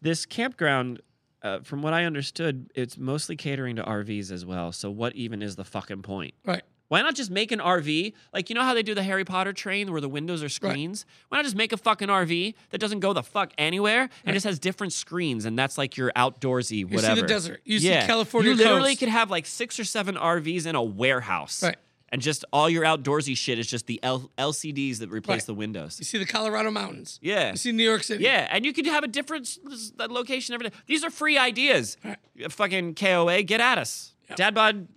Speaker 1: this campground, uh, from what I understood, it's mostly catering to RVs as well. So what even is the fucking point?
Speaker 2: Right.
Speaker 1: Why not just make an RV? Like you know how they do the Harry Potter train where the windows are screens? Why not just make a fucking RV that doesn't go the fuck anywhere and just has different screens and that's like your outdoorsy
Speaker 2: You
Speaker 1: whatever.
Speaker 2: see the desert. You see California
Speaker 1: You literally
Speaker 2: coast.
Speaker 1: could have like six or seven RVs in a warehouse.
Speaker 2: Right.
Speaker 1: And just all your outdoorsy shit is just the L- LCDs that replace
Speaker 2: Right.
Speaker 1: the windows.
Speaker 2: you see the Colorado mountains.
Speaker 1: Yeah.
Speaker 2: You see New York City.
Speaker 1: Yeah, and you could have a different s- s- location every day. These are free ideas. Uh, Fucking KOA, get at us. Dad bod,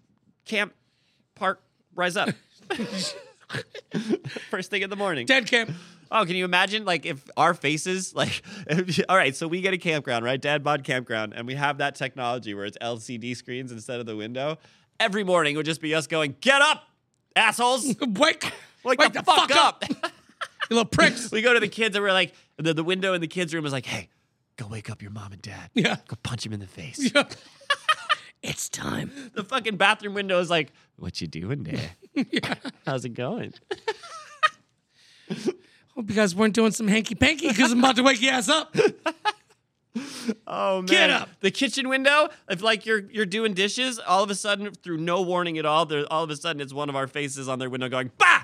Speaker 1: camp, park, rise (laughs) up. First thing in the morning.
Speaker 2: Dead camp.
Speaker 1: Oh, can you imagine like if our faces like (laughs) all right, so we get a campground, right? Dad bod campground, and we have that technology where it's LCD screens instead of the window. Every morning it would just be us going, get up, (laughs) assholes.
Speaker 2: Wake,
Speaker 1: Wake,
Speaker 2: wake
Speaker 1: the, fuck, up.
Speaker 2: you
Speaker 1: (laughs)
Speaker 2: little pricks. (laughs)
Speaker 1: we go to the kids and we're like the, the window in the kids room is like hey go wake up your mom and dad
Speaker 2: Yeah.
Speaker 1: go punch him in the face
Speaker 2: it's time. (laughs)
Speaker 1: the fucking bathroom window is like what you doing there how's it going
Speaker 2: Hope you guys weren't doing some hanky panky because I'm about to wake your ass
Speaker 1: (laughs)
Speaker 2: up.
Speaker 1: oh man
Speaker 2: Get up.
Speaker 1: the kitchen window if like you're you're doing dishes all of a sudden through no warning at all there all of a sudden it's one of our faces on their window going bah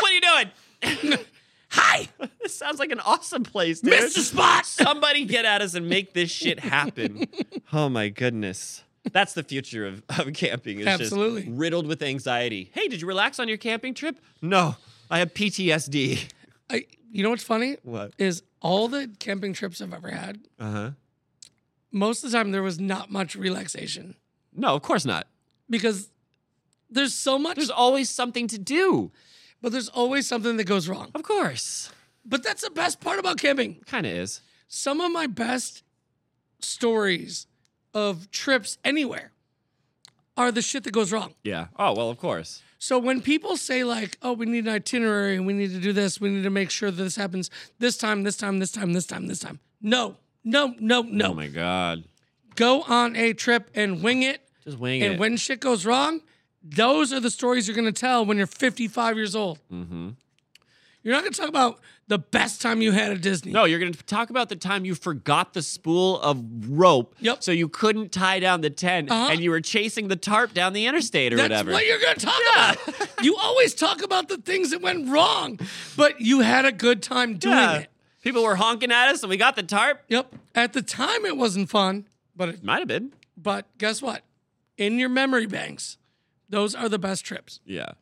Speaker 1: what are you doing
Speaker 2: (laughs)
Speaker 1: (laughs)
Speaker 2: Hi,
Speaker 1: this sounds like an awesome place dude.
Speaker 2: Mr. Spot.
Speaker 1: somebody get at us and make this shit
Speaker 2: (laughs)
Speaker 1: happen. oh my goodness. That's the future of, of camping. It's
Speaker 2: Absolutely.
Speaker 1: just riddled with anxiety. Hey, did you relax on your camping trip? No. I have PTSD.
Speaker 2: I, you know what's funny?
Speaker 1: What?
Speaker 2: Is all the camping trips I've ever had,
Speaker 1: Uh-huh.
Speaker 2: most of the time there was not much relaxation
Speaker 1: No, of course not.
Speaker 2: because there's so much,
Speaker 1: There's always something to do.
Speaker 2: but there's always something that goes wrong.
Speaker 1: Of course.
Speaker 2: But that's the best part about camping.
Speaker 1: Kind of is.
Speaker 2: some of my best stories of trips anywhere are the shit that goes wrong.
Speaker 1: Yeah. Oh, well, of course.
Speaker 2: So when people say like, "Oh, we need an itinerary, we need to do this, we need to make sure that this happens this time, this time, this time, this time, this time." No. No, no, no.
Speaker 1: Oh my God.
Speaker 2: Go on a trip and wing it.
Speaker 1: Just wing
Speaker 2: and
Speaker 1: it.
Speaker 2: when shit goes wrong, those are the stories you're going to tell when you're 55 years old.
Speaker 1: Mm-hmm.
Speaker 2: You're not going to talk about the best time you had at Disney.
Speaker 1: no, you're going to talk about the time you forgot the spool of rope.
Speaker 2: Yep.
Speaker 1: So you couldn't tie down the tent
Speaker 2: Uh-huh.
Speaker 1: and you were chasing the tarp down the interstate or
Speaker 2: That's
Speaker 1: whatever.
Speaker 2: what you're going to talk about. you always talk about the things that went wrong, but you had a good time doing it.
Speaker 1: People were honking at us and we got the tarp.
Speaker 2: Yep. At the time, it wasn't fun, but it,
Speaker 1: Might have been.
Speaker 2: but guess what? In your memory banks, those are the best trips.
Speaker 1: Yeah,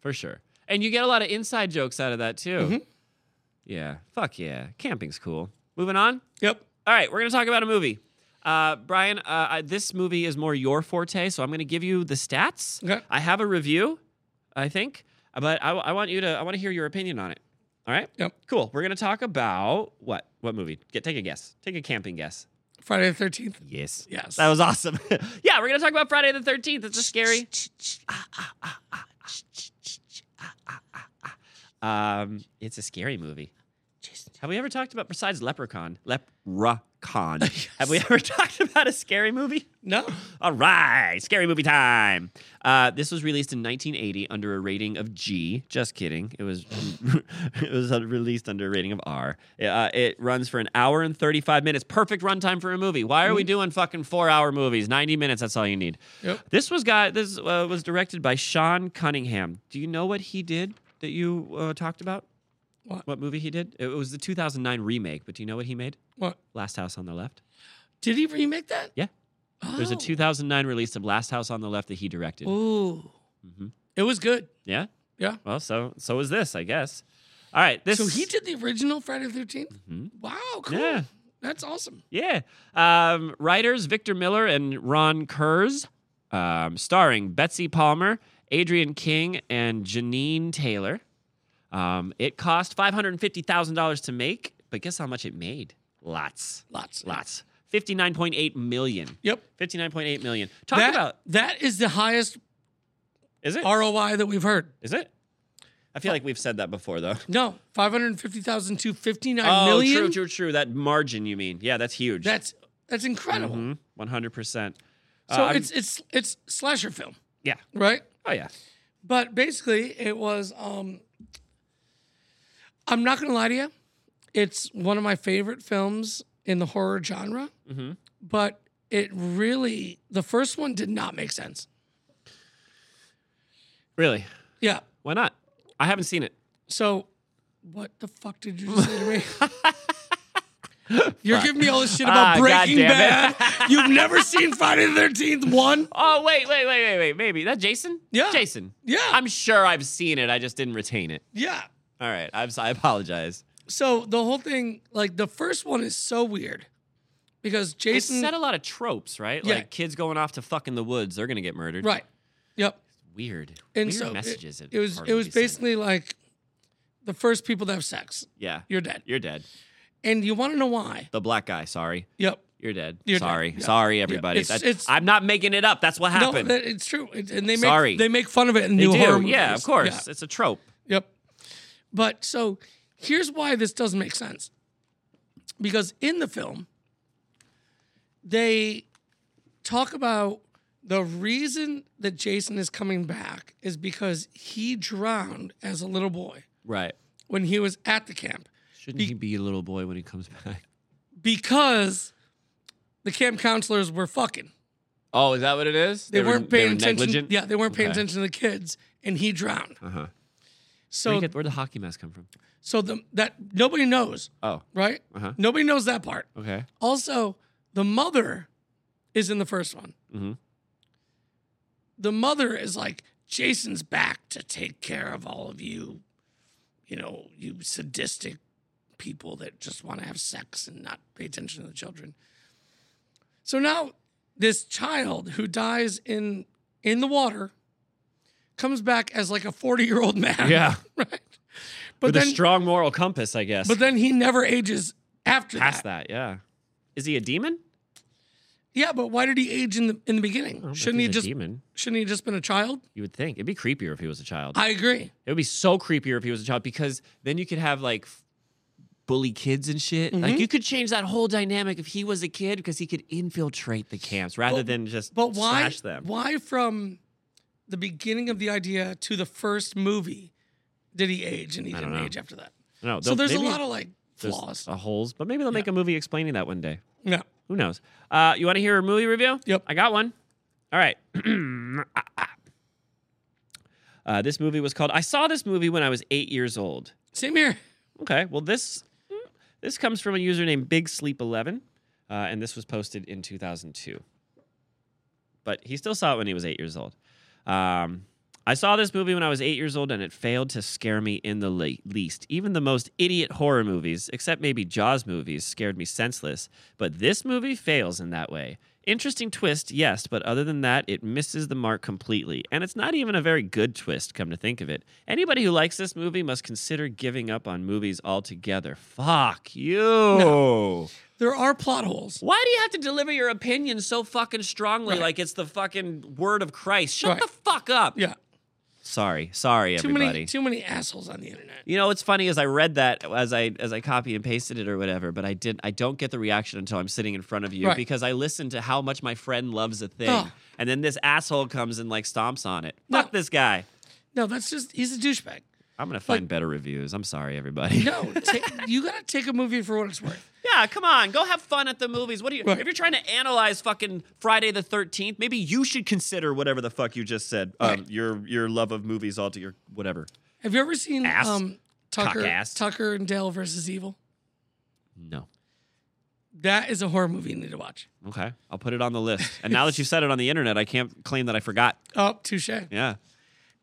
Speaker 1: for sure. And you get a lot of inside jokes out of that too.
Speaker 2: Mm-hmm.
Speaker 1: Yeah. Fuck yeah. Camping's cool. Moving on.
Speaker 2: Yep.
Speaker 1: All right, we're going to talk about a movie. Uh, Brian, uh, I, this movie is more your forte, so I'm going to give you the stats.
Speaker 2: Okay.
Speaker 1: I have a review, I think, but I, I want you to, I want to hear your opinion on it. All right.
Speaker 2: Yep.
Speaker 1: Cool. We're going to talk about what? What movie? Get take a guess. Take a camping guess.
Speaker 2: Friday the Thirteenth.
Speaker 1: Yes.
Speaker 2: Yes.
Speaker 1: That was awesome. (laughs) yeah, we're gonna talk about Friday the Thirteenth. It's a scary. Um, it's a scary movie. Have we ever talked about besides Leprechaun? Leprechaun. Have we ever talked about a scary movie?
Speaker 2: No.
Speaker 1: All right, scary movie time. Uh, this was released in 1980 under a rating of G. Just kidding. It was (laughs) it was uh, released under a rating of R. Uh, it runs for an hour and 35 minutes. Perfect runtime for a movie. Why are we doing fucking four hour movies? 90 minutes. That's all you need.
Speaker 2: Mm-hmm. Yep.
Speaker 1: This was got this uh, was directed by Sean Cunningham. Do you know what he did that you uh, talked about?
Speaker 2: What?
Speaker 1: What movie he did? It was the 2009 remake. But do you know what he made?
Speaker 2: What?
Speaker 1: Last House on the Left.
Speaker 2: Did he remake that?
Speaker 1: Yeah. There's a
Speaker 2: Oh.
Speaker 1: 2009 release of Last House on the Left that he directed.
Speaker 2: Ooh.
Speaker 1: Mm-hmm.
Speaker 2: It was good.
Speaker 1: Yeah.
Speaker 2: Yeah.
Speaker 1: Well, so so is this, I guess. All right. This. Mm-hmm.
Speaker 2: So he did the original Friday the 13th Wow. Cool.
Speaker 1: Yeah.
Speaker 2: That's awesome.
Speaker 1: Yeah. Um, writers Victor Miller and Ron Kurz, um, starring Betsy Palmer, Adrian King, and Janine Taylor. Um, it cost five hundred and fifty thousand dollars to make, but guess how much it made? Lots.
Speaker 2: Lots.
Speaker 1: Lots. 59.8 million.
Speaker 2: Yep.
Speaker 1: 59.8 million. Talk
Speaker 2: that,
Speaker 1: about
Speaker 2: that is the highest
Speaker 1: is it?
Speaker 2: ROI that we've heard.
Speaker 1: Is it? I
Speaker 2: Oh.
Speaker 1: feel like we've said that before though.
Speaker 2: No, 550,000 to 59
Speaker 1: Oh,
Speaker 2: million.
Speaker 1: true, true, true. That margin you mean. Yeah, that's huge.
Speaker 2: That's that's incredible.
Speaker 1: Mhm, 100%.
Speaker 2: So
Speaker 1: Uh, I'm-
Speaker 2: it's it's it's slasher film,
Speaker 1: yeah.
Speaker 2: right?
Speaker 1: Oh yeah.
Speaker 2: But basically, it was. Um, I'm not gonna lie to you, it's one of my favorite films in the horror genre.
Speaker 1: Mhm.
Speaker 2: But it really, the first one did not make sense.
Speaker 1: Really?
Speaker 2: Yeah.
Speaker 1: Why not? I haven't seen it.
Speaker 2: So, what the fuck did you just say to me?
Speaker 1: (laughs)
Speaker 2: You're giving me all this shit
Speaker 1: Ah,
Speaker 2: about Breaking
Speaker 1: goddamn
Speaker 2: Bad.
Speaker 1: it.
Speaker 2: You've never seen Friday the Thirteenth one.
Speaker 1: Oh wait, wait, wait, wait, wait. Maybe that Jason?
Speaker 2: Yeah.
Speaker 1: Jason.
Speaker 2: Yeah.
Speaker 1: I'm sure I've seen it. I just didn't retain it.
Speaker 2: Yeah.
Speaker 1: All right. I'm so- I apologize.
Speaker 2: So the whole thing, like the first one, is so weird because
Speaker 1: It
Speaker 2: Jason.
Speaker 1: set a lot of tropes, right?
Speaker 2: Yeah.
Speaker 1: Like kids going off to fuck in the woods, they're gonna get murdered.
Speaker 2: right. Yep.
Speaker 1: Weird.
Speaker 2: And
Speaker 1: Weird
Speaker 2: so it-
Speaker 1: messages.
Speaker 2: it, was. It was basically like the first people to have sex,
Speaker 1: Yeah.
Speaker 2: you're dead,
Speaker 1: You're dead.
Speaker 2: and you want to know why?
Speaker 1: The black guy. Sorry.
Speaker 2: Yep.
Speaker 1: You're dead.
Speaker 2: You're dead.
Speaker 1: sorry.
Speaker 2: Yeah.
Speaker 1: Sorry, everybody.
Speaker 2: It's-
Speaker 1: That's,
Speaker 2: it's-
Speaker 1: I'm not making it up. That's what happened.
Speaker 2: No, that, it's true, It- and they make
Speaker 1: Sorry.
Speaker 2: they make fun of it in
Speaker 1: they
Speaker 2: new
Speaker 1: do.
Speaker 2: horror movies.
Speaker 1: yeah, of course.
Speaker 2: Yeah.
Speaker 1: It's a trope.
Speaker 2: Yep. But so here's why this doesn't make sense. Because in the film, they talk about the reason that Jason is coming back is because he drowned as a little boy
Speaker 1: Right.
Speaker 2: when he was at the camp.
Speaker 1: Shouldn't he be a little boy when he comes (laughs) back?
Speaker 2: Because the camp counselors were fucking.
Speaker 1: Oh, is that what it is?
Speaker 2: They, weren't paying
Speaker 1: were
Speaker 2: attention.
Speaker 1: Negligent?
Speaker 2: Yeah, they weren't paying
Speaker 1: Okay.
Speaker 2: attention to the kids and he drowned.
Speaker 1: Uh-huh.
Speaker 2: So
Speaker 1: Where'd the hockey mask come from?
Speaker 2: so the, that nobody knows,
Speaker 1: Oh,
Speaker 2: right?
Speaker 1: Uh-huh.
Speaker 2: Nobody knows that part.
Speaker 1: okay.
Speaker 2: Also, the mother is in the first one.
Speaker 1: Mhm.
Speaker 2: The mother is like, Jason's back to take care of all of you, you know, you sadistic people that just want to have sex and not pay attention to the children. So now this child who dies in in the water comes back as like a 40-year-old man.
Speaker 1: (laughs) Yeah.
Speaker 2: (laughs) Right. But
Speaker 1: With
Speaker 2: then
Speaker 1: a strong moral compass, I guess.
Speaker 2: but then he never ages after
Speaker 1: past that, yeah. Is he a demon?
Speaker 2: Yeah, but why did he age in the in the beginning?
Speaker 1: I don't know if
Speaker 2: shouldn't he
Speaker 1: he's a
Speaker 2: just
Speaker 1: demon?
Speaker 2: shouldn't he just been a child?
Speaker 1: You would think it'd be creepier if he was a child.
Speaker 2: I agree.
Speaker 1: it would be so creepier if he was a child because then you could have like f- bully kids and shit.
Speaker 2: Mm-hmm.
Speaker 1: Like you could change that whole dynamic if he was a kid because he could infiltrate the camps rather
Speaker 2: But-
Speaker 1: than just
Speaker 2: But why
Speaker 1: slash them.
Speaker 2: why from the beginning of the idea to the first movie did he age and he
Speaker 1: I don't
Speaker 2: didn't
Speaker 1: know.
Speaker 2: age after that?
Speaker 1: No,
Speaker 2: So
Speaker 1: they'll-
Speaker 2: there's a
Speaker 1: maybe
Speaker 2: lot of like
Speaker 1: there's
Speaker 2: flaws.
Speaker 1: a uh, holes, but maybe they'll make a movie explaining that one day.
Speaker 2: Yeah.
Speaker 1: Who knows? Uh, you want to hear a movie review?
Speaker 2: Yep.
Speaker 1: I got one. All right. (clears throat) uh, this movie was called. I saw this movie when I was eight years old.
Speaker 2: Same here.
Speaker 1: Okay. Well, this this comes from a user named Big Sleep Eleven, uh, and this was posted in 2002. But he still saw it when he was eight years old. Um, I saw this movie when I was eight years old, and it failed to scare me in the le- least. Even the most idiot horror movies, except maybe Jaws movies, scared me senseless. But this movie fails in that way. Interesting twist, yes, but other than that, it misses the mark completely. And it's not even a very good twist, come to think of it. Anybody who likes this movie must consider giving up on movies altogether. Fuck you.
Speaker 2: There are plot holes.
Speaker 1: (laughs) Why do you have to deliver your opinion so fucking strongly
Speaker 2: Right.
Speaker 1: like it's the fucking word of Christ? Shut
Speaker 2: Right.
Speaker 1: the fuck up.
Speaker 2: Yeah.
Speaker 1: Sorry. Sorry,
Speaker 2: Too
Speaker 1: everybody.
Speaker 2: many too many assholes on the internet.
Speaker 1: you know what's funny is I read that as I as I copy and pasted it or whatever, but I did I don't get the reaction until I'm sitting in front of you
Speaker 2: Right.
Speaker 1: because I listen to how much my friend loves a thing.
Speaker 2: Ugh.
Speaker 1: And then this asshole comes and like stomps on it.
Speaker 2: No.
Speaker 1: Fuck this guy.
Speaker 2: No, that's just he's a douchebag.
Speaker 1: I'm gonna find better reviews. I'm sorry, everybody.
Speaker 2: No, ta- you gotta take a movie for what it's worth.
Speaker 1: (laughs) Yeah, come on, go have fun at the movies. What do you?
Speaker 2: Right.
Speaker 1: If you're trying to analyze fucking Friday the Thirteenth, maybe you should consider whatever the fuck you just said. Um,
Speaker 2: Right.
Speaker 1: your your love of movies all to your whatever.
Speaker 2: Have you ever seen
Speaker 1: Ass.
Speaker 2: um Tucker
Speaker 1: Cockass.
Speaker 2: Tucker and Dale versus Evil?
Speaker 1: No.
Speaker 2: That is a horror movie you need to watch.
Speaker 1: Okay, I'll put it on the list. And now that you said it on the internet, I can't claim that I forgot.
Speaker 2: Oh, touche.
Speaker 1: Yeah.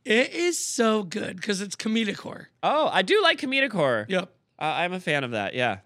Speaker 2: It is so good because it's comedic horror.
Speaker 1: Oh, I do like comedic horror.
Speaker 2: Yep.
Speaker 1: Uh, I'm a fan of that. Yeah.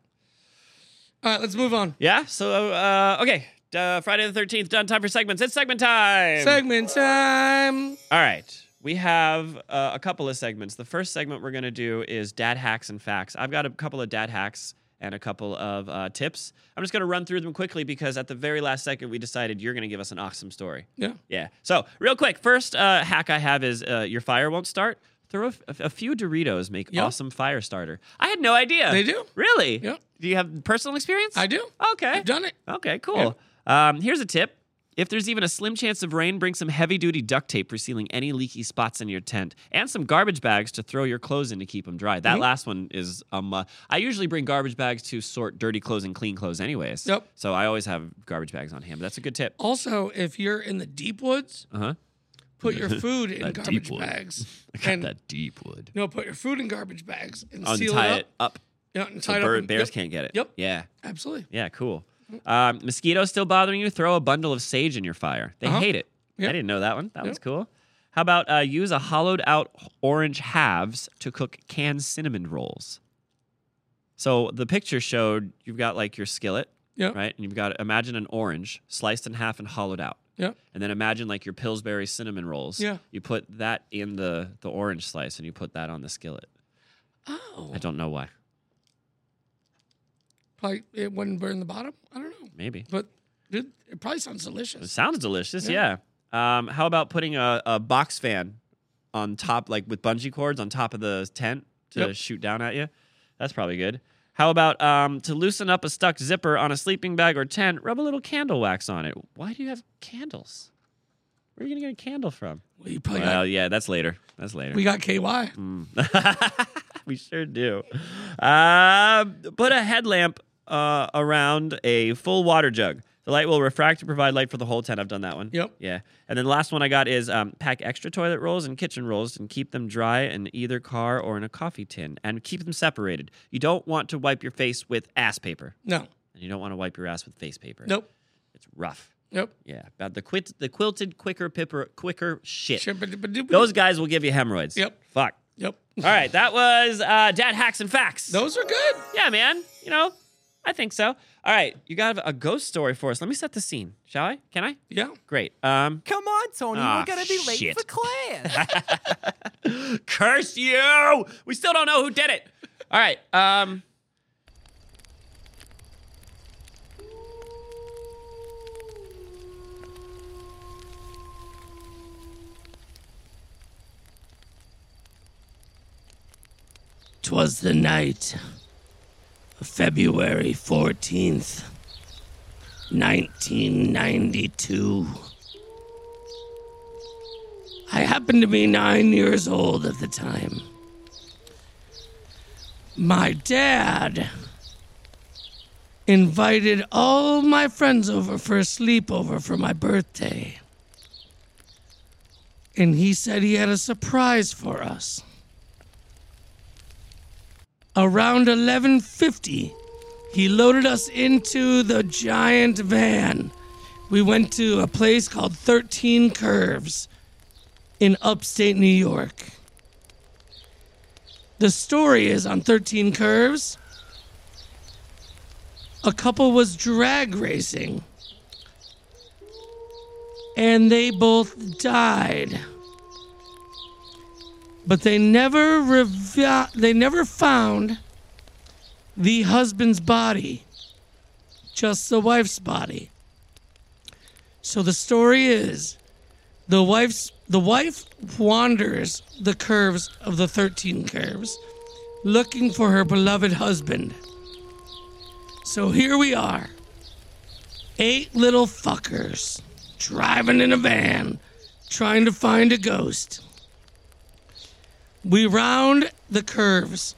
Speaker 2: All right, let's move on.
Speaker 1: Yeah. So uh, okay, uh, Friday the Thirteenth done. Time for segments. It's segment time.
Speaker 2: Segment time.
Speaker 1: All right. We have uh, a couple of segments. The first segment we're going to do is dad hacks and facts. I've got a couple of dad hacks and a couple of uh, tips. I'm just going to run through them quickly because at the very last second, we decided you're going to give us an awesome story.
Speaker 2: Yeah.
Speaker 1: Yeah. So, real quick, first uh, hack I have is uh, your fire won't start. Throw a, f- a few Doritos, make
Speaker 2: Yeah.
Speaker 1: awesome fire starter. I had no idea.
Speaker 2: They do.
Speaker 1: Really?
Speaker 2: Yeah.
Speaker 1: Do you have personal experience?
Speaker 2: I do.
Speaker 1: Okay.
Speaker 2: I've done it.
Speaker 1: Okay, cool. Um, here's a tip. If there's even a slim chance of rain, bring some heavy duty duct tape for sealing any leaky spots in your tent and some garbage bags to throw your clothes in to keep them dry.
Speaker 2: Mm-hmm.
Speaker 1: That last one is um, uh, I usually bring garbage bags to sort dirty clothes and clean clothes, anyways.
Speaker 2: Yep.
Speaker 1: So I always have garbage bags on hand, but that's a good tip.
Speaker 2: Oh. Also, if you're in the deep woods,
Speaker 1: Uh huh.
Speaker 2: put your food in
Speaker 3: That
Speaker 2: garbage
Speaker 3: deep wood.
Speaker 2: bags.
Speaker 3: Got
Speaker 2: And
Speaker 3: that deep wood.
Speaker 2: no, put your food in garbage bags and seal
Speaker 1: Untie
Speaker 2: it
Speaker 1: it
Speaker 2: up.
Speaker 1: up.
Speaker 2: Yeah, and
Speaker 1: So
Speaker 2: tie it
Speaker 1: bird-
Speaker 2: up. and-
Speaker 1: bears
Speaker 2: yep,
Speaker 1: can't get it.
Speaker 2: Yep. Mm-hmm.
Speaker 1: Yeah.
Speaker 2: Absolutely.
Speaker 1: Yeah, cool. Um, mosquitoes still bothering you? Throw a bundle of sage in your fire. They
Speaker 2: Uh-huh.
Speaker 1: hate it. I
Speaker 2: Yep.
Speaker 1: didn't know that one. That one's cool. How about uh, use a hollowed out orange halves to cook canned cinnamon rolls? So the picture showed you've got like your skillet,
Speaker 2: Yep.
Speaker 1: right? And you've got imagine an orange sliced in half and hollowed out.
Speaker 2: Yep.
Speaker 1: And then imagine like your Pillsbury cinnamon rolls.
Speaker 2: Yeah.
Speaker 1: You put that in the the orange slice and you put that on the skillet.
Speaker 2: Oh.
Speaker 1: I don't know why.
Speaker 2: Probably it wouldn't burn the bottom. I don't know.
Speaker 1: Maybe.
Speaker 2: But dude, it probably sounds
Speaker 1: It
Speaker 2: delicious.
Speaker 1: sounds delicious, yeah.
Speaker 2: Yeah.
Speaker 1: Um, how about putting a, a box fan on top, like with bungee cords on top of the tent to
Speaker 2: Yep.
Speaker 1: shoot down at you? That's probably good. How about um, to loosen up a stuck zipper on a sleeping bag or tent, rub a little candle wax on it? Why do you have candles? Where are you going to get a candle from?
Speaker 2: Well, you probably
Speaker 1: Well,
Speaker 2: got,
Speaker 1: yeah, that's later. That's later.
Speaker 2: Oh, we got KY.
Speaker 1: (laughs) we sure do. Uh, put a headlamp uh, around a full water jug. The light will refract to provide light for the whole tent. I've done that one.
Speaker 2: Yep.
Speaker 1: Yeah. And then the last one I got is um, pack extra toilet rolls and kitchen rolls and keep them dry in either car or in a coffee tin and keep them separated. You don't want to wipe your face with ass paper
Speaker 2: No.
Speaker 1: and you don't want to wipe your ass with face paper.
Speaker 2: Nope.
Speaker 1: It's rough.
Speaker 2: Nope.
Speaker 1: Yeah. About the quit the quilted quicker pipper quicker shit. Those
Speaker 2: Those
Speaker 1: guys will give you hemorrhoids.
Speaker 2: Yep.
Speaker 1: Fuck.
Speaker 2: Yep.
Speaker 1: All right, that was uh, Dad Hacks and Facts.
Speaker 2: Those are good.
Speaker 1: Yeah, man. You know, I think so. All right, you got a ghost story for us. Let me set the scene, shall I? Can I?
Speaker 2: Yeah.
Speaker 1: Great. Um,
Speaker 4: Come on, Tony,
Speaker 1: Ah,
Speaker 4: we're gonna be late
Speaker 1: shit.
Speaker 4: for class.
Speaker 1: (laughs) curse you! We still don't know who did it. All right. Um,
Speaker 2: Twas the night of February 14th, 1992. I happened to be nine years old at the time. My dad invited all my friends over for a sleepover for my birthday. And he said he had a surprise for us. Around 11:50, he loaded us into the giant van. We went to a place called 13 Curves in upstate New York. The story is on 13 Curves. A couple was drag racing and they both died but they never revi- they never found the husband's body just the wife's body so the story is the wife's the wife wanders the curves of the 13 curves looking for her beloved husband so here we are eight little fuckers driving in a van trying to find a ghost we round the curves.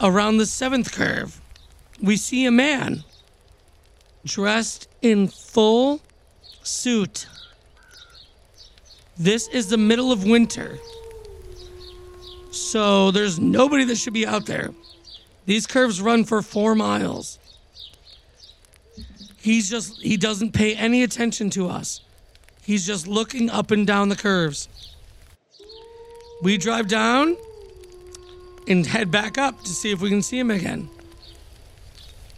Speaker 2: Around the seventh curve, we see a man dressed in full suit. This is the middle of winter. So there's nobody that should be out there. These curves run for four miles. He's just, he doesn't pay any attention to us. He's just looking up and down the curves. We drive down and head back up to see if we can see him again.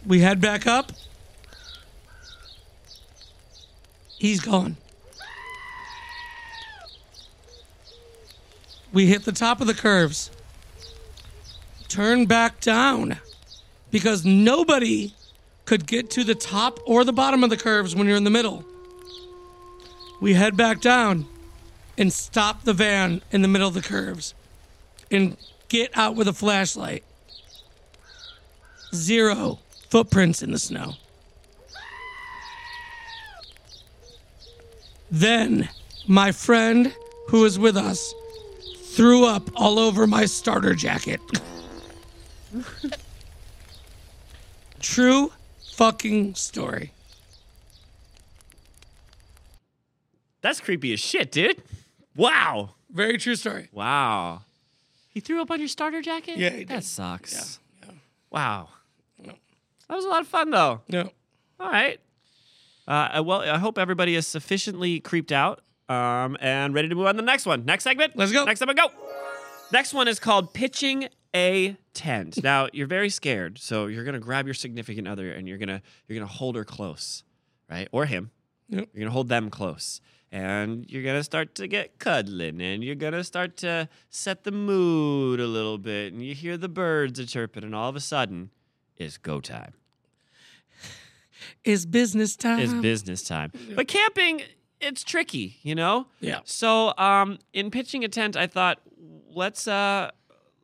Speaker 2: We head back up. He's gone. We hit the top of the curves. Turn back down. because nobody could get to the top or the bottom of the curves when you're in the middle. We head back down and stop the van in the middle of the curves and get out with a flashlight. Zero footprints in the snow. Then my friend who was with us threw up all over my starter jacket. (laughs) True fucking story.
Speaker 1: That's creepy as shit, dude. Wow.
Speaker 2: Very true story.
Speaker 1: Wow. He threw up on your starter jacket?
Speaker 2: Yeah, he
Speaker 1: That
Speaker 2: did.
Speaker 1: sucks.
Speaker 2: Yeah.
Speaker 1: Wow. That was a lot of fun, though.
Speaker 2: No.
Speaker 1: All right. Uh, uh, well, I hope everybody is sufficiently creeped out um, and ready to move on to the next one. Next segment.
Speaker 2: Let's go.
Speaker 1: Next segment, go. Next one is called pitching a
Speaker 2: (laughs)
Speaker 1: tent. now you're very scared, so you're gonna grab your significant other and you're gonna you're gonna hold her close, right? Or him.
Speaker 2: Yep.
Speaker 1: You're gonna hold them close. And you're gonna start to get cuddling, and you're gonna start to set the mood a little bit, and you hear the birds a chirping, and all of a sudden, it's go time.
Speaker 2: It's business time.
Speaker 1: It's business time. But camping, it's tricky, you know?
Speaker 2: yeah.
Speaker 1: So, um, in pitching a tent, I thought let's uh,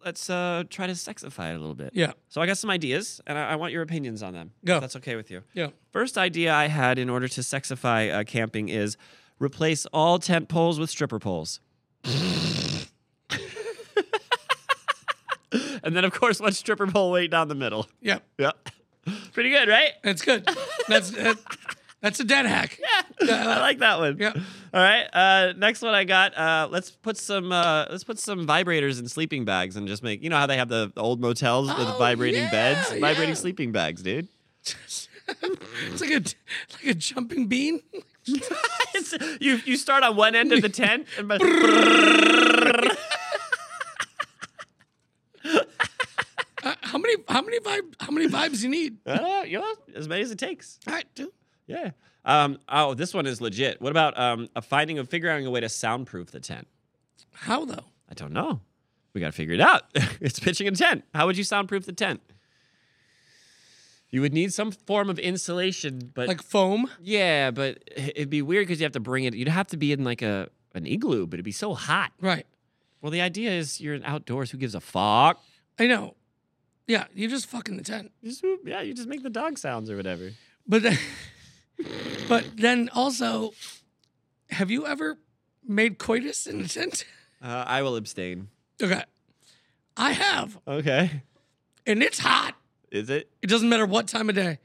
Speaker 1: let's uh, try to sexify it a little bit.
Speaker 2: Yeah.
Speaker 1: So I got some ideas, and I, I want your opinions on them.
Speaker 2: Go.
Speaker 1: If that's okay with you.
Speaker 2: Yeah.
Speaker 1: First idea I had in order to sexify uh, camping is replace all tent poles with stripper poles. (laughs) and then, of course, one stripper pole way down the middle.
Speaker 2: Yeah.
Speaker 1: Yeah. Pretty good, right?
Speaker 2: That's good. That's that, that's a dead hack.
Speaker 1: (laughs) I like that one.
Speaker 2: Yeah.
Speaker 1: All right. Uh, next one I got. Uh, let's put some. Uh, let's put some vibrators in sleeping bags and just make. You know how they have the, the old motels with
Speaker 2: Oh,
Speaker 1: vibrating
Speaker 2: yeah,
Speaker 1: beds, vibrating
Speaker 2: yeah.
Speaker 1: sleeping bags, dude. (laughs)
Speaker 2: It's like a like a jumping bean.
Speaker 1: It's, you you start on one end of the tent
Speaker 2: (laughs)
Speaker 1: and. by-
Speaker 2: Uh, how many how many vibe how many vibes you need?
Speaker 1: Uh, you know, as many as it takes.
Speaker 2: All right, two.
Speaker 1: Yeah. Um, oh, this one is legit. What about um, a finding of figuring a way to soundproof the tent?
Speaker 2: How though?
Speaker 1: I don't know. We got to figure it out. (laughs) it's pitching a tent. How would you soundproof the tent? You would need some form of insulation, but
Speaker 2: Like foam?
Speaker 1: yeah, but i- it'd be weird because you have to bring it. You'd have to be in like a an igloo, but it'd be so hot.
Speaker 2: Right.
Speaker 1: Well, the idea is you're in outdoors. Who gives a fuck?
Speaker 2: I know. Yeah, you just fuck in the tent.
Speaker 1: You just- yeah, you just make the dog sounds or whatever.
Speaker 2: But then, (laughs) but then also, have you ever made coitus in a tent?
Speaker 1: Uh, I will abstain.
Speaker 2: Okay. I have,
Speaker 1: Okay,
Speaker 2: and it's hot.
Speaker 1: is it?
Speaker 2: It doesn't matter what time of day.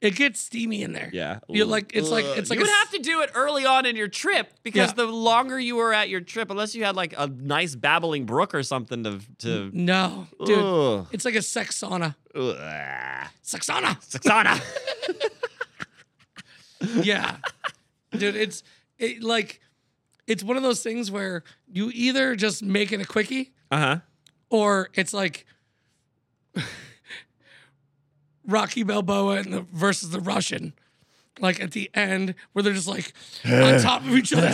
Speaker 2: It gets steamy in there.
Speaker 1: Yeah. uh,
Speaker 2: You're like it's like it's like
Speaker 1: you
Speaker 2: a
Speaker 1: would
Speaker 2: s-
Speaker 1: have to do it early on in your trip because
Speaker 2: Yeah.
Speaker 1: the longer you were at your trip, unless you had like a nice babbling brook or something to to.
Speaker 2: No, dude.
Speaker 1: Ugh.
Speaker 2: It's like a sex sauna.
Speaker 1: Ugh.
Speaker 2: Sex sauna.
Speaker 1: (laughs) Saxana.
Speaker 2: yeah dude it's it, like it's one of those things where you either just make it a quickie
Speaker 1: uh huh.
Speaker 2: or it's like (laughs) rocky balboa and the versus the russian like at the end where they're just like on top of each other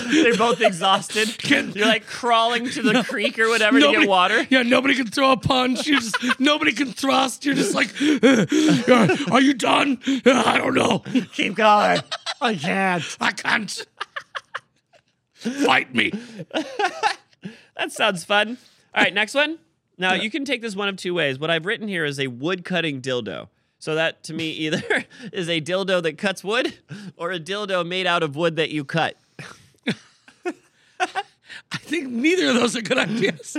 Speaker 1: (laughs) They're both exhausted. (laughs) You're like crawling (laughs) to the creek or whatever to get water. (laughs)
Speaker 2: yeah nobody can throw a punch you just nobody can thrust you're just like (laughs) "Uh, are you done (laughs) Uh, i don't know
Speaker 1: Keep going. I can't.
Speaker 2: i can't fight me
Speaker 1: That sounds fun. All right, next one. Now you can take this one of two ways. What I've written here is a wood cutting dildo. So that to me (laughs) either is a dildo that cuts wood or a dildo made out of wood that you cut.
Speaker 2: I think neither of those are good ideas.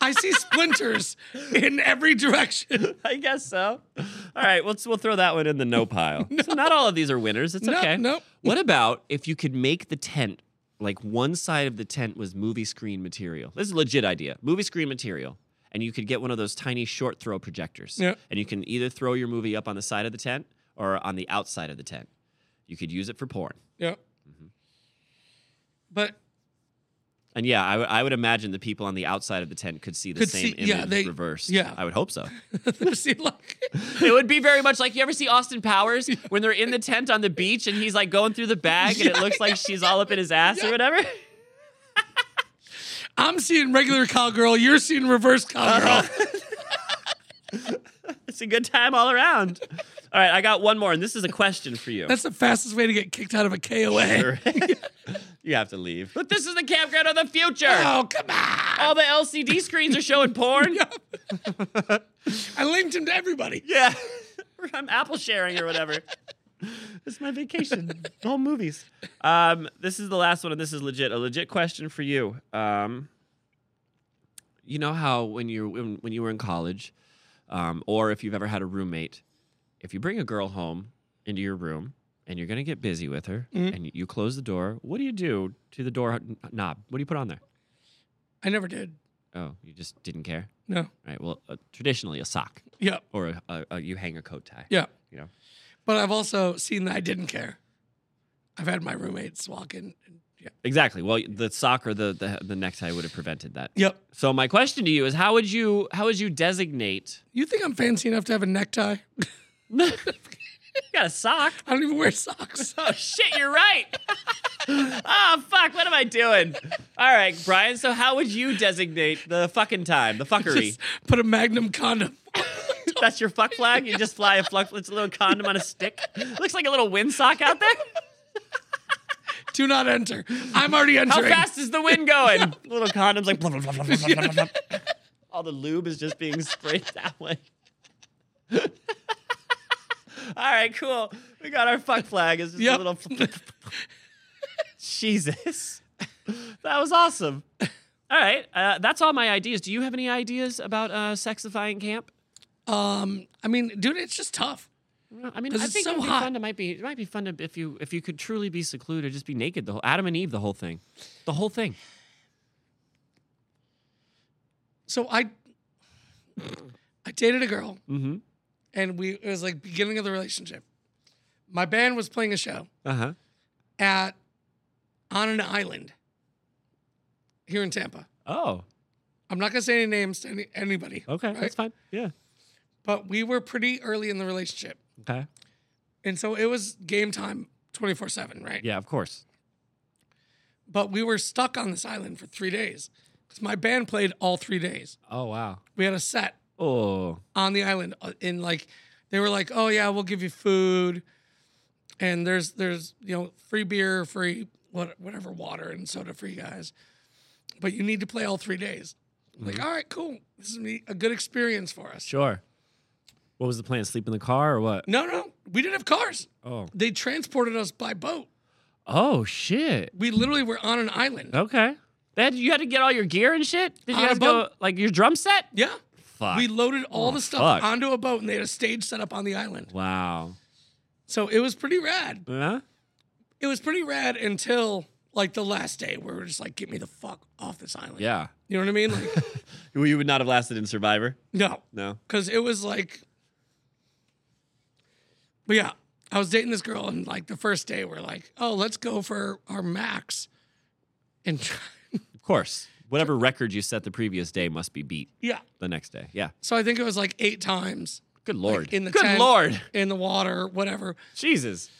Speaker 2: I see splinters in every direction.
Speaker 1: (laughs) I guess so. All right, let's we'll throw that one in the no
Speaker 2: (laughs)
Speaker 1: pile. So not all of these are winners. It's
Speaker 2: No,
Speaker 1: okay.
Speaker 2: no.
Speaker 1: What about if you could make the tent like one side of the tent was movie screen material? This is a legit idea. Movie screen material. And you could get one of those tiny short throw projectors.
Speaker 2: Yeah.
Speaker 1: And you can either throw your movie up on the side of the tent or on the outside of the tent. You could use it for porn.
Speaker 2: Yeah. But
Speaker 1: And yeah, I would- I would imagine the people on the outside of the tent could see the
Speaker 2: Could
Speaker 1: same
Speaker 2: see-
Speaker 1: image
Speaker 2: yeah, they-
Speaker 1: reversed.
Speaker 2: yeah.
Speaker 1: I would hope so.
Speaker 2: see, like,
Speaker 1: It would be very much like you ever see Austin Powers when they're in the tent on the beach and he's like going through the bag and it looks like she's all up in his ass or whatever.
Speaker 2: Uh-huh. I'm seeing regular cowgirl, you're seeing reverse cowgirl.
Speaker 1: It's a good time all around. All right, I got one more, and this is a question for you.
Speaker 2: That's the fastest way to get kicked out of a KOA.
Speaker 1: Sure. (laughs)
Speaker 2: (laughs)
Speaker 1: you have to leave. But this is the campground of the future.
Speaker 2: Oh, come on.
Speaker 1: All the LCD screens are showing
Speaker 2: (laughs)
Speaker 1: porn.
Speaker 2: I linked him to everybody.
Speaker 1: Yeah. (laughs) I'm Apple sharing or whatever. this is my (laughs) vacation. All movies. Um, this is the last one, and this is legit. A legit question for you. Um, you know how when you when, when you were in college, um, or if you've ever had a roommate, if you bring a girl home into your room and you're gonna get busy with her,
Speaker 2: Mhm.
Speaker 1: and you close the door, what do you do to the door kn- knob? What do you put on there?
Speaker 2: I never did.
Speaker 1: Oh, you just didn't care.
Speaker 2: No.
Speaker 1: All right. Well, uh, traditionally a sock
Speaker 2: Yeah.
Speaker 1: or a, a, a you hang a coat tie.
Speaker 2: Yeah.
Speaker 1: You know.
Speaker 2: But I've also seen that I didn't care. I've had my roommates walk in. and- Yeah.
Speaker 1: Exactly. Well, the sock or the, the the necktie would have prevented that.
Speaker 2: Yep.
Speaker 1: So my question to you is, how would you how would you designate?
Speaker 2: You think I'm fancy enough to have a necktie?
Speaker 1: you got a sock.
Speaker 2: I don't even wear socks.
Speaker 1: Oh shit, you're (laughs) right. oh fuck, what am I doing? All right, Brian. So how would you designate the fucking time, the fuckery?
Speaker 2: (laughs) Just put a magnum condom.
Speaker 1: (laughs) That's your fuck flag. You just fly a fuck. It's a little condom on a stick. Looks like a little windsock out there.
Speaker 2: Do not enter. I'm already
Speaker 1: How
Speaker 2: entering.
Speaker 1: fast is the wind going? (laughs) Little condoms like blah, blah, blah, blah, blah, blah, blah, blah. all the lube is just being sprayed (laughs) that way. all right, cool. We got our fuck flag. It's just a
Speaker 2: Yep.
Speaker 1: little. (laughs) Jesus, that was awesome. All right, uh, that's all my ideas. Do you have any ideas about uh, sexifying camp?
Speaker 2: (laughs) Um, I mean, dude, it's just tough.
Speaker 1: I mean,
Speaker 2: 'Cause
Speaker 1: I
Speaker 2: it's
Speaker 1: think
Speaker 2: so
Speaker 1: it would be
Speaker 2: hot.
Speaker 1: fun. It might be. It might be fun to, if you if you could truly be secluded, just be naked. The whole Adam and Eve, the whole thing, the whole thing.
Speaker 2: So I, I dated a girl,
Speaker 1: Mm-hmm.
Speaker 2: and we it was like beginning of the relationship. My band was playing a show
Speaker 1: Uh huh.
Speaker 2: at on an island here in Tampa.
Speaker 1: Oh.
Speaker 2: I'm not gonna say any names to any, anybody.
Speaker 1: Okay,
Speaker 2: right?
Speaker 1: that's fine. Yeah.
Speaker 2: But we were pretty early in the relationship,
Speaker 1: Okay.
Speaker 2: and so it was game time, 24 seven, right?
Speaker 1: Yeah, of course.
Speaker 2: But we were stuck on this island for three days because my band played all three days.
Speaker 1: Oh wow.
Speaker 2: We had a set
Speaker 1: Oh.
Speaker 2: on the island uh, in like they were like, "Oh yeah, we'll give you food." And there's there's, you know, free beer, free what whatever water and soda for you guys. But you need to play all 3 days. I'm Like, "All right, cool. This is gonna be a good experience for us."
Speaker 1: Sure. What was the plan? Sleep in the car or what?
Speaker 2: No, no. We didn't have cars.
Speaker 1: Oh.
Speaker 2: They transported us by boat.
Speaker 1: Oh shit.
Speaker 2: We literally were on an island.
Speaker 1: Okay. That you had to get all your gear and shit? Did
Speaker 2: On
Speaker 1: you
Speaker 2: a
Speaker 1: guys go like your drum set?
Speaker 2: Yeah.
Speaker 1: Fuck. Oh,
Speaker 2: We loaded all the stuff
Speaker 1: fuck.
Speaker 2: onto a boat and they had a stage set up on the island.
Speaker 1: wow.
Speaker 2: So it was pretty rad.
Speaker 1: Huh?
Speaker 2: it was pretty rad until like the last day where we're just like, get me the fuck off this island.
Speaker 1: Yeah.
Speaker 2: You know what I mean?
Speaker 1: (laughs)
Speaker 2: Like,
Speaker 1: You would not have lasted in Survivor.
Speaker 2: no,
Speaker 1: No.
Speaker 2: because it was like, but yeah, I was dating this girl and like the first day we're like, oh, let's go for our max. And try. (laughs)
Speaker 1: Of course. Whatever record you set the previous day must be beat
Speaker 2: yeah.
Speaker 1: the next day. Yeah.
Speaker 2: So I think it was like eight times
Speaker 1: Good lord.
Speaker 2: in the
Speaker 1: Good
Speaker 2: tent.
Speaker 1: lord.
Speaker 2: in the water, whatever.
Speaker 1: Jesus.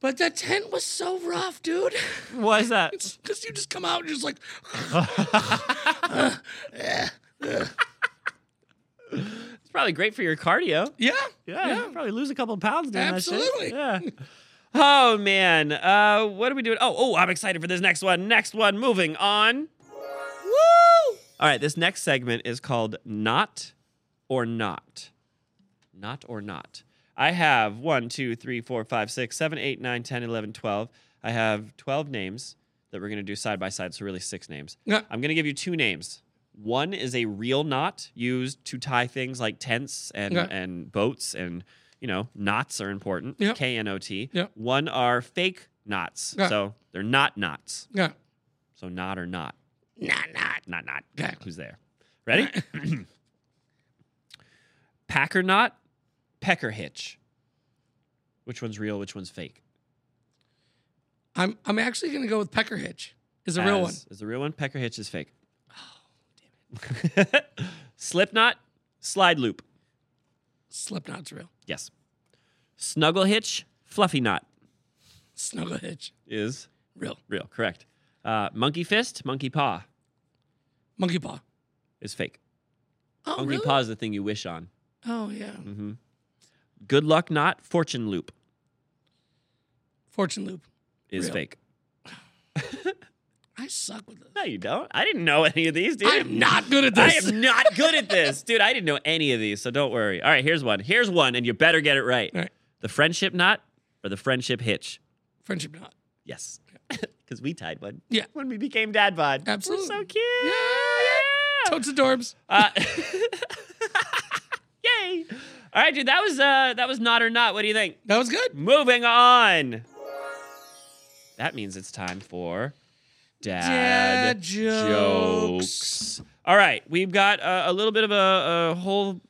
Speaker 2: But the tent was so rough, dude. (laughs)
Speaker 1: Why is that?
Speaker 2: Because you just come out and you're just like,
Speaker 1: It's probably great for your cardio.
Speaker 2: yeah.
Speaker 1: Yeah, you probably lose a couple pounds doing
Speaker 2: Absolutely.
Speaker 1: that shit. Yeah. Oh man, uh, what are we doing? Oh, oh, I'm excited for this next one. Next one, moving on.
Speaker 2: Woo!
Speaker 1: All right, this next segment is called Not or Not. Not or Not. I have one, two, three, four, five, six, seven, eight, nine, 10, 11, 12. I have 12 names that we're going to do side by side, so really six names.
Speaker 2: Yeah.
Speaker 1: I'm going to give you two names. One is a real knot used to tie things like tents and,
Speaker 2: Okay.
Speaker 1: and boats, and you know, knots are important.
Speaker 2: Yep.
Speaker 1: K N O T.
Speaker 2: Yep.
Speaker 1: One are fake knots.
Speaker 2: Okay.
Speaker 1: So they're not knots.
Speaker 2: Yeah.
Speaker 1: So, knot or not
Speaker 2: Nah, nah.
Speaker 1: not not.
Speaker 2: Okay.
Speaker 1: Who's there? Ready? (clears throat) Packer knot, pecker hitch. Which one's real? Which one's fake?
Speaker 2: I'm I'm actually gonna go with Pecker Hitch. Is a real one.
Speaker 1: Is the real one? Pecker hitch is fake. (laughs) Oh, damn it. Slip knot, slide loop.
Speaker 2: Slipknot's real.
Speaker 1: Yes. Snuggle hitch, fluffy knot
Speaker 2: Snuggle Hitch,
Speaker 1: is
Speaker 2: real.
Speaker 1: real. Correct. Uh, monkey fist, monkey paw
Speaker 2: Monkey Paw.
Speaker 1: is fake.
Speaker 2: Oh,
Speaker 1: monkey
Speaker 2: really?
Speaker 1: paw is the thing you wish on.
Speaker 2: Oh yeah,
Speaker 1: hmm Good luck, not fortune loop
Speaker 2: Fortune Loop.
Speaker 1: is
Speaker 2: Real.
Speaker 1: fake.
Speaker 2: I suck with this.
Speaker 1: No, you don't. I didn't know any of these, dude.
Speaker 2: I am not good at
Speaker 1: I
Speaker 2: this.
Speaker 1: am not good at this, dude. I didn't know any of these, so don't worry. All right, here's one. Here's one, and you better get it right.
Speaker 2: (laughs) All right.
Speaker 1: The friendship knot or the friendship hitch?
Speaker 2: Friendship knot.
Speaker 1: Yes, (laughs) because we tied one.
Speaker 2: Yeah.
Speaker 1: when we became dad bod.
Speaker 2: Absolutely.
Speaker 1: we're so cute.
Speaker 2: Yeah. Totes adorbs.
Speaker 1: Uh, (laughs) yay! All right, dude. That was uh, that was not or not. What do you think?
Speaker 2: That was good.
Speaker 1: Moving on. That means it's time for dad,
Speaker 2: Dad jokes.
Speaker 1: jokes. All right, we've got uh, a little bit of a, a whole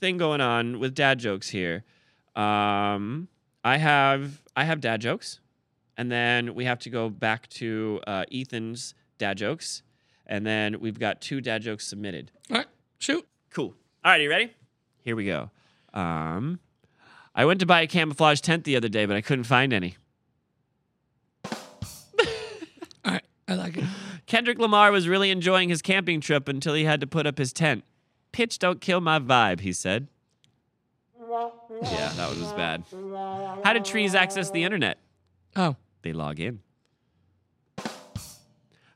Speaker 1: thing going on with dad jokes here. Um, I have I have dad jokes, and then we have to go back to uh, Ethan's dad jokes, and then we've got two dad jokes submitted.
Speaker 2: All right, shoot.
Speaker 1: Cool. All right, you ready? Here we go. Um, I went to buy a camouflage tent the other day, but I couldn't find any.
Speaker 2: All right, I like it.
Speaker 1: Kendrick Lamar was really enjoying his camping trip until he had to put up his tent. Pitch don't kill my vibe, he said. Yeah, that one was bad. How do trees access the internet?
Speaker 2: Oh,
Speaker 1: They log in.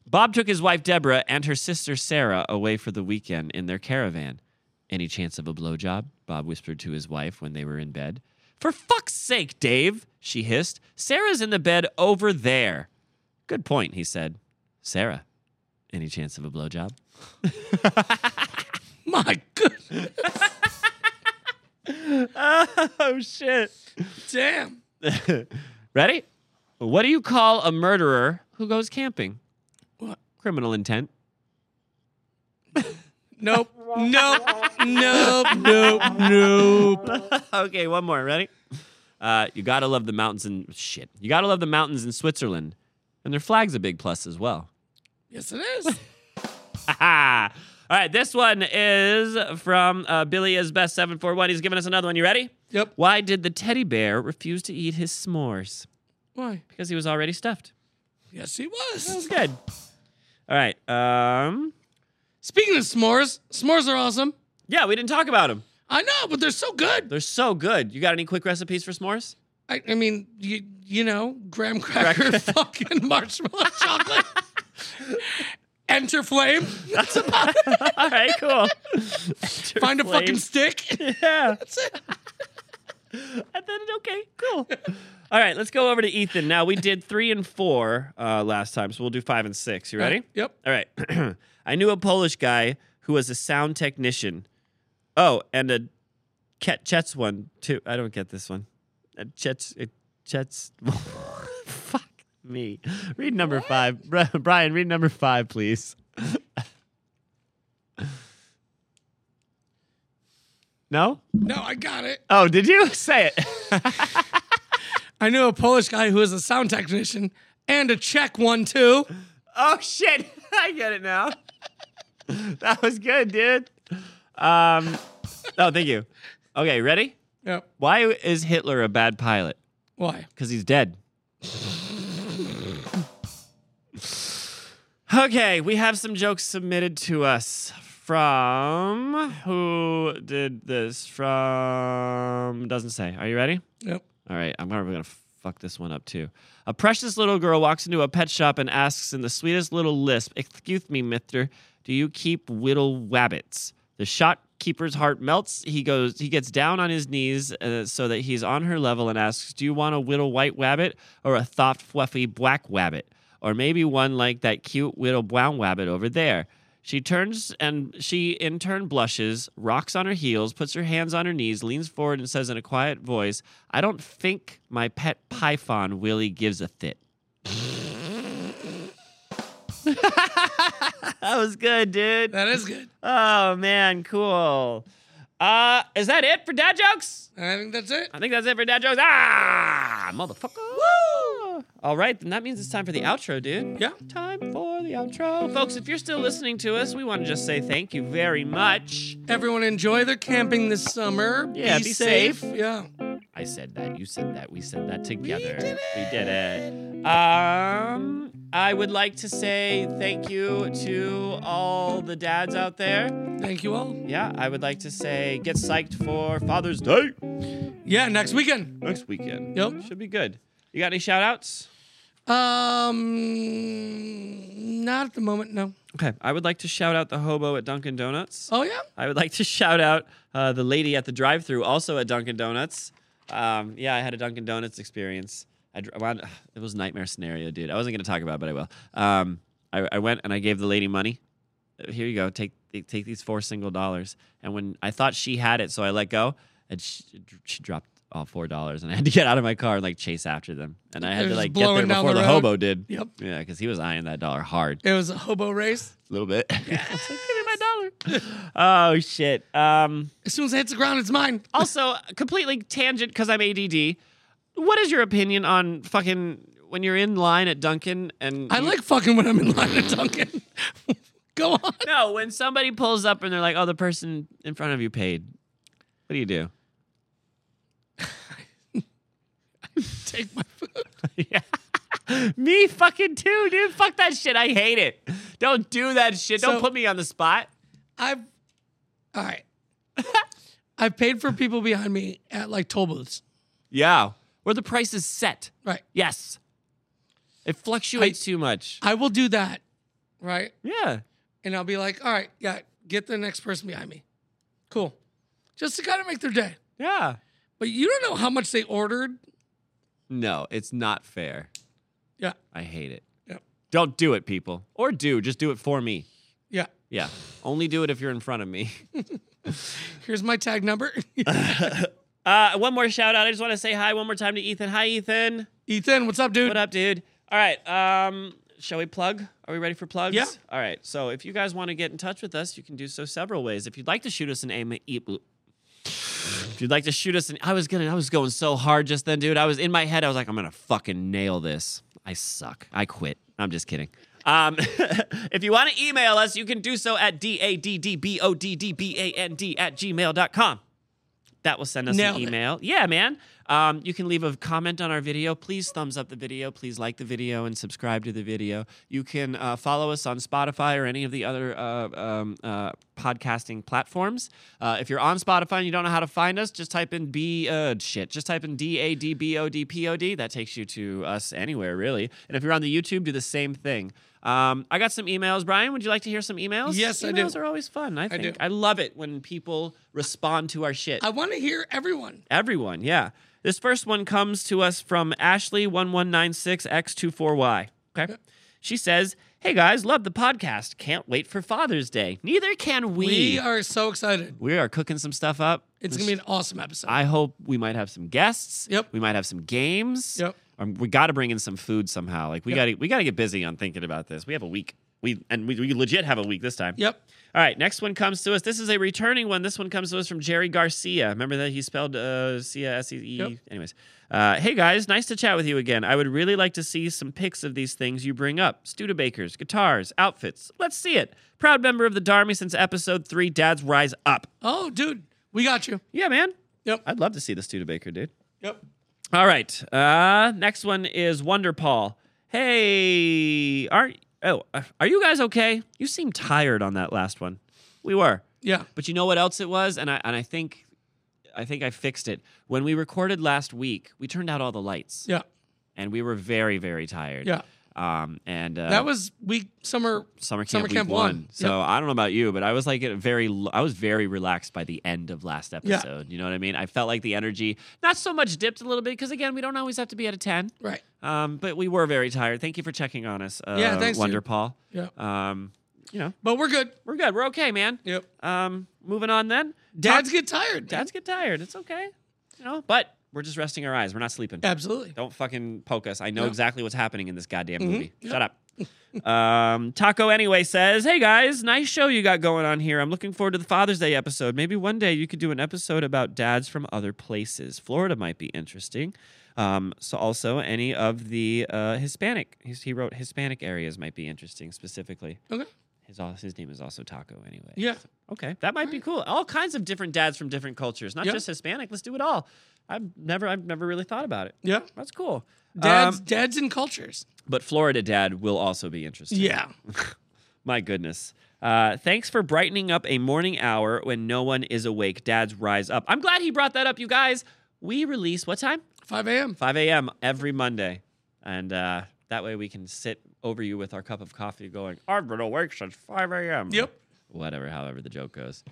Speaker 1: Bob took his wife Deborah and her sister Sarah away for the weekend in their caravan. Any chance of a blowjob? Bob whispered to his wife when they were in bed. For fuck's sake, Dave, she hissed. Sarah's in the bed over there. Good point, he said. Sarah, any chance of a blowjob?
Speaker 2: my good.
Speaker 1: (laughs) Oh, shit.
Speaker 2: Damn.
Speaker 1: (laughs) Ready? What do you call a murderer who goes camping?
Speaker 2: What?
Speaker 1: Criminal intent.
Speaker 2: Nope. Nope. nope. Nope. Nope.
Speaker 1: (laughs) okay, one more. Ready? Uh, you gotta love the mountains and shit. You gotta love the mountains in Switzerland, and their flag's a big plus as well.
Speaker 2: Yes, it is.
Speaker 1: (laughs) All right, this one is from uh, Billy is best seven four one. He's giving us another one. You ready?
Speaker 2: Yep.
Speaker 1: Why did the teddy bear refuse to eat his s'mores?
Speaker 2: Why?
Speaker 1: Because he was already stuffed.
Speaker 2: Yes, he
Speaker 1: That was
Speaker 2: was.
Speaker 1: good. All right. Um.
Speaker 2: Speaking of s'mores, s'mores are awesome.
Speaker 1: Yeah, we didn't talk about them.
Speaker 2: I know, but they're so good.
Speaker 1: They're so good. You got any quick recipes for s'mores? (laughs)
Speaker 2: I, I mean, you, you know, graham cracker, (laughs)
Speaker 1: (laughs)
Speaker 2: fucking marshmallow chocolate. Enter flame. That's about it.
Speaker 1: All right, cool.
Speaker 2: Find a fucking stick.
Speaker 1: Yeah. That's it. (laughs) I thought it okay, cool. All right, let's go over to Ethan. Now we did three and four uh, last time, so we'll do five and six. You ready?
Speaker 2: (laughs) Yep.
Speaker 1: All right. (clears throat) I knew a Polish guy who was a sound technician. Oh, and a Ket Chets one too. I don't get this one. A Chets a Chets. (laughs) Fuck me. Read number five, Bri- Brian. Read number five, please. (laughs) no.
Speaker 2: No, I got it.
Speaker 1: Oh, did you (laughs) say it?
Speaker 2: I knew a Polish guy who was a sound technician and a Czech one too.
Speaker 1: oh shit! (laughs) I get it now. (laughs) that was good, dude. Um, oh, thank you. Okay, ready?
Speaker 2: Yep.
Speaker 1: Why is Hitler a bad pilot?
Speaker 2: Why?
Speaker 1: Because he's dead. (laughs) okay, we have some jokes submitted to us from who did this? From doesn't say. Are you ready?
Speaker 2: Yep.
Speaker 1: All right, I'm probably gonna fuck this one up too. A precious little girl walks into a pet shop and asks in the sweetest little lisp, "Excuse me, Mister, do you keep whittle wabbits?" The shopkeeper's heart melts. He goes, he gets down on his knees uh, so that he's on her level and asks, "Do you want a whittle white wabbit or a soft, fluffy black wabbit, or maybe one like that cute whittle brown wabbit over there?" She turns and she in turn blushes, rocks on her heels, puts her hands on her knees, leans forward, and says in a quiet voice, I don't think my pet python Willie gives a thit. (laughs) that was good, dude.
Speaker 2: That is good.
Speaker 1: Oh, man, cool. Uh, is that it for dad jokes?
Speaker 2: I think that's it.
Speaker 1: I think that's it for dad jokes. Ah, motherfucker. Woo! All right, then that means it's time for the outro, dude.
Speaker 2: Yeah.
Speaker 1: Time for the outro. Folks, if you're still listening to us, we want to just say thank you very much.
Speaker 2: Everyone enjoy their camping this summer.
Speaker 1: Yeah, be safe.
Speaker 2: Yeah.
Speaker 1: I said that, you said that, we said that together.
Speaker 2: did it.
Speaker 1: We did it. Um I would like to say thank you to all the dads out there.
Speaker 2: Thank you all.
Speaker 1: Yeah, I would like to say get psyched for Father's Day
Speaker 2: Yeah, next weekend.
Speaker 1: next weekend.
Speaker 2: Yep.
Speaker 1: Should be good. You got any shout outs?
Speaker 2: Um, not at the moment. No.
Speaker 1: Okay. I would like to shout out the hobo at Dunkin' Donuts.
Speaker 2: Oh yeah.
Speaker 1: I would like to shout out uh, the lady at the drive thru also at Dunkin' Donuts. Um, yeah, I had a Dunkin' Donuts experience. I, dr- wound- (sighs) it was a nightmare scenario, dude. I wasn't going to talk about it, but I will. Um, I, I went and I gave the lady money. Uh, Here you go. Take take these four single dollars. And when I thought she had it, so I let go, and she, she dropped all four dollars. And I had to get out of my car and like chase after them. And I had
Speaker 2: They're
Speaker 1: to
Speaker 2: just
Speaker 1: like get there
Speaker 2: blowing down
Speaker 1: before
Speaker 2: the
Speaker 1: the,
Speaker 2: road.
Speaker 1: hobo did.
Speaker 2: Yep.
Speaker 1: Yeah, because he was eyeing that dollar hard
Speaker 2: It was a hobo race.
Speaker 1: a little bit. (laughs) I was like, Give me my dollar. oh shit. Um,
Speaker 2: As soon as it hits the ground, it's mine.
Speaker 1: also, completely tangent because I'm ADD. What is your opinion on fucking when you're in line at Dunkin' and
Speaker 2: I
Speaker 1: you-
Speaker 2: like fucking when I'm in line at Dunkin'. (laughs) Go on. (laughs)
Speaker 1: no when somebody pulls up and they're like, oh, the person in front of you paid. What do you (laughs) do?
Speaker 2: Take my food.
Speaker 1: (laughs) Me fucking too, dude. Fuck that shit. I hate it. Don't do that shit. Don't
Speaker 2: So-
Speaker 1: put me on the spot.
Speaker 2: I've. All right. (laughs) I've paid for people behind me at like toll booths.
Speaker 1: Yeah, where the price is set.
Speaker 2: Right.
Speaker 1: Yes, it fluctuates too much.
Speaker 2: I will do that. Right.
Speaker 1: yeah.
Speaker 2: and I'll be like, all right, yeah, get the next person behind me. Cool. Just to kind of make their day.
Speaker 1: Yeah.
Speaker 2: But you don't know how much they ordered.
Speaker 1: No, it's not fair.
Speaker 2: Yeah.
Speaker 1: I hate it.
Speaker 2: Yeah.
Speaker 1: Don't do it, people. Or do, just do it for me.
Speaker 2: Yeah.
Speaker 1: Yeah. Only do it if you're in front of me. (laughs)
Speaker 2: Here's my tag number. (laughs)
Speaker 1: Uh, one more shout out. I just want to say hi one more time to Ethan. Hi, Ethan.
Speaker 2: Ethan, what's up, dude?
Speaker 1: What up, dude? All right. Um, shall we plug? Are we ready for plugs?
Speaker 2: Yeah.
Speaker 1: All right. So if you guys want to get in touch with us, you can do so several ways. If you'd like to shoot us an E, aim, if you'd like to shoot us an, I was gonna, I was going so hard just then, dude. I was in my head. I was like, I'm gonna fucking nail this. I suck. I quit. I'm just kidding. Um, (laughs) if you want to email us, you can do so at d-a-d-d-b-o-d-d-b-a-n-d at gmail.com. That will send us
Speaker 2: Nailed
Speaker 1: an
Speaker 2: it.
Speaker 1: email email. Yeah, man. Um, you can leave a comment on our video. Please thumbs up the video. Please like the video and subscribe to the video. You can uh, follow us on Spotify or any of the other uh, um, uh, podcasting platforms. Uh, if you're on Spotify and you don't know how to find us, just type in B uh, shit. Just type in D A D B O D P O D. That takes you to us anywhere really. And if you're on the YouTube, do the same thing. Um, I got some emails. Brian, would you like to hear some emails?
Speaker 2: Yes, I do.
Speaker 1: Emails are always fun. I think
Speaker 2: do.
Speaker 1: I love it when people respond to our shit.
Speaker 2: I want to hear everyone.
Speaker 1: Everyone, yeah. This first one comes to us from Ashley1196X24Y. Okay. She says, Hey guys, love the podcast. Can't wait for Father's Day. Neither can we.
Speaker 2: We are so excited.
Speaker 1: We are cooking some stuff up.
Speaker 2: It's going to be an awesome episode.
Speaker 1: I hope we might have some guests.
Speaker 2: Yep.
Speaker 1: We might have some games.
Speaker 2: Yep.
Speaker 1: Um, we got to bring in some food somehow. Like we
Speaker 2: Yep.
Speaker 1: got to we got to get busy on thinking about this. We have a week. We and we, we legit have a week this time.
Speaker 2: yep.
Speaker 1: All right, next one comes to us. This is a returning one. This one comes to us from Jerry Garcia. Remember that he spelled uh, C S E E.
Speaker 2: Yep.
Speaker 1: Anyways, uh, hey guys, nice to chat with you again. I would really like to see some pics of these things you bring up: Studebakers, guitars, outfits. Let's see it. Proud member of the Darmy since episode three. Dads rise up.
Speaker 2: Oh, dude, we got you.
Speaker 1: Yeah, man.
Speaker 2: Yep.
Speaker 1: I'd love to see the Studebaker, dude.
Speaker 2: Yep.
Speaker 1: All right. Uh, next one is Wonder Paul. Hey, aren't oh are you guys okay? You seem tired on that last one. We were.
Speaker 2: Yeah.
Speaker 1: But you know what else it was, and I and I think, I think I fixed it. When we recorded last week, we turned out all the lights,
Speaker 2: Yeah.
Speaker 1: and we were very very tired.
Speaker 2: Yeah.
Speaker 1: Um, and uh,
Speaker 2: That was week summer.
Speaker 1: summer camp,
Speaker 2: summer
Speaker 1: week
Speaker 2: camp
Speaker 1: one.
Speaker 2: one.
Speaker 1: So I don't know about you, but I was like at a very l- I was very relaxed by the end of last episode. You know what I mean? I felt like the energy not so much dipped a little bit because again, we don't always have to be at a ten.
Speaker 2: Right.
Speaker 1: Um, but we were very tired. Thank you for checking on us. Uh,
Speaker 2: Yeah, thanks,
Speaker 1: Wonder
Speaker 2: dude.
Speaker 1: Paul.
Speaker 2: Yeah.
Speaker 1: Um, you know,
Speaker 2: But we're good.
Speaker 1: we're good. We're okay, man.
Speaker 2: Yep.
Speaker 1: Um, moving on then.
Speaker 2: Dads get tired.
Speaker 1: Dads get tired. It's okay. You know, but we're just resting our eyes. We're not sleeping.
Speaker 2: Absolutely.
Speaker 1: Don't fucking poke us. I know
Speaker 2: No.
Speaker 1: exactly what's happening in this goddamn movie. Shut up. (laughs) um, Taco anyway says, "Hey guys, nice show you got going on here. I'm looking forward to the Father's Day episode. Maybe one day you could do an episode about dads from other places. Florida might be interesting. Um, so also any of the uh, Hispanic. he's- He wrote Hispanic areas might be interesting specifically.
Speaker 2: Okay.
Speaker 1: His al- his name is also Taco anyway.
Speaker 2: Yeah.
Speaker 1: So, okay, that might be cool. All kinds of different dads from different cultures, not
Speaker 2: Yep.
Speaker 1: just Hispanic. Let's do it all. I've never I've never really thought about it.
Speaker 2: Yeah.
Speaker 1: That's cool.
Speaker 2: Dads,
Speaker 1: Um,
Speaker 2: dads and cultures.
Speaker 1: but Florida dad will also be interesting.
Speaker 2: Yeah.
Speaker 1: My goodness. Uh, thanks for brightening up a morning hour when no one is awake. Dads rise up. I'm glad he brought that up, you guys. We release what time?
Speaker 2: 5 a.m.
Speaker 1: 5 a.m. every Monday. And uh, that way we can sit over you with our cup of coffee going, I've been awake since 5 a.m.
Speaker 2: Yep.
Speaker 1: Whatever, however the joke goes.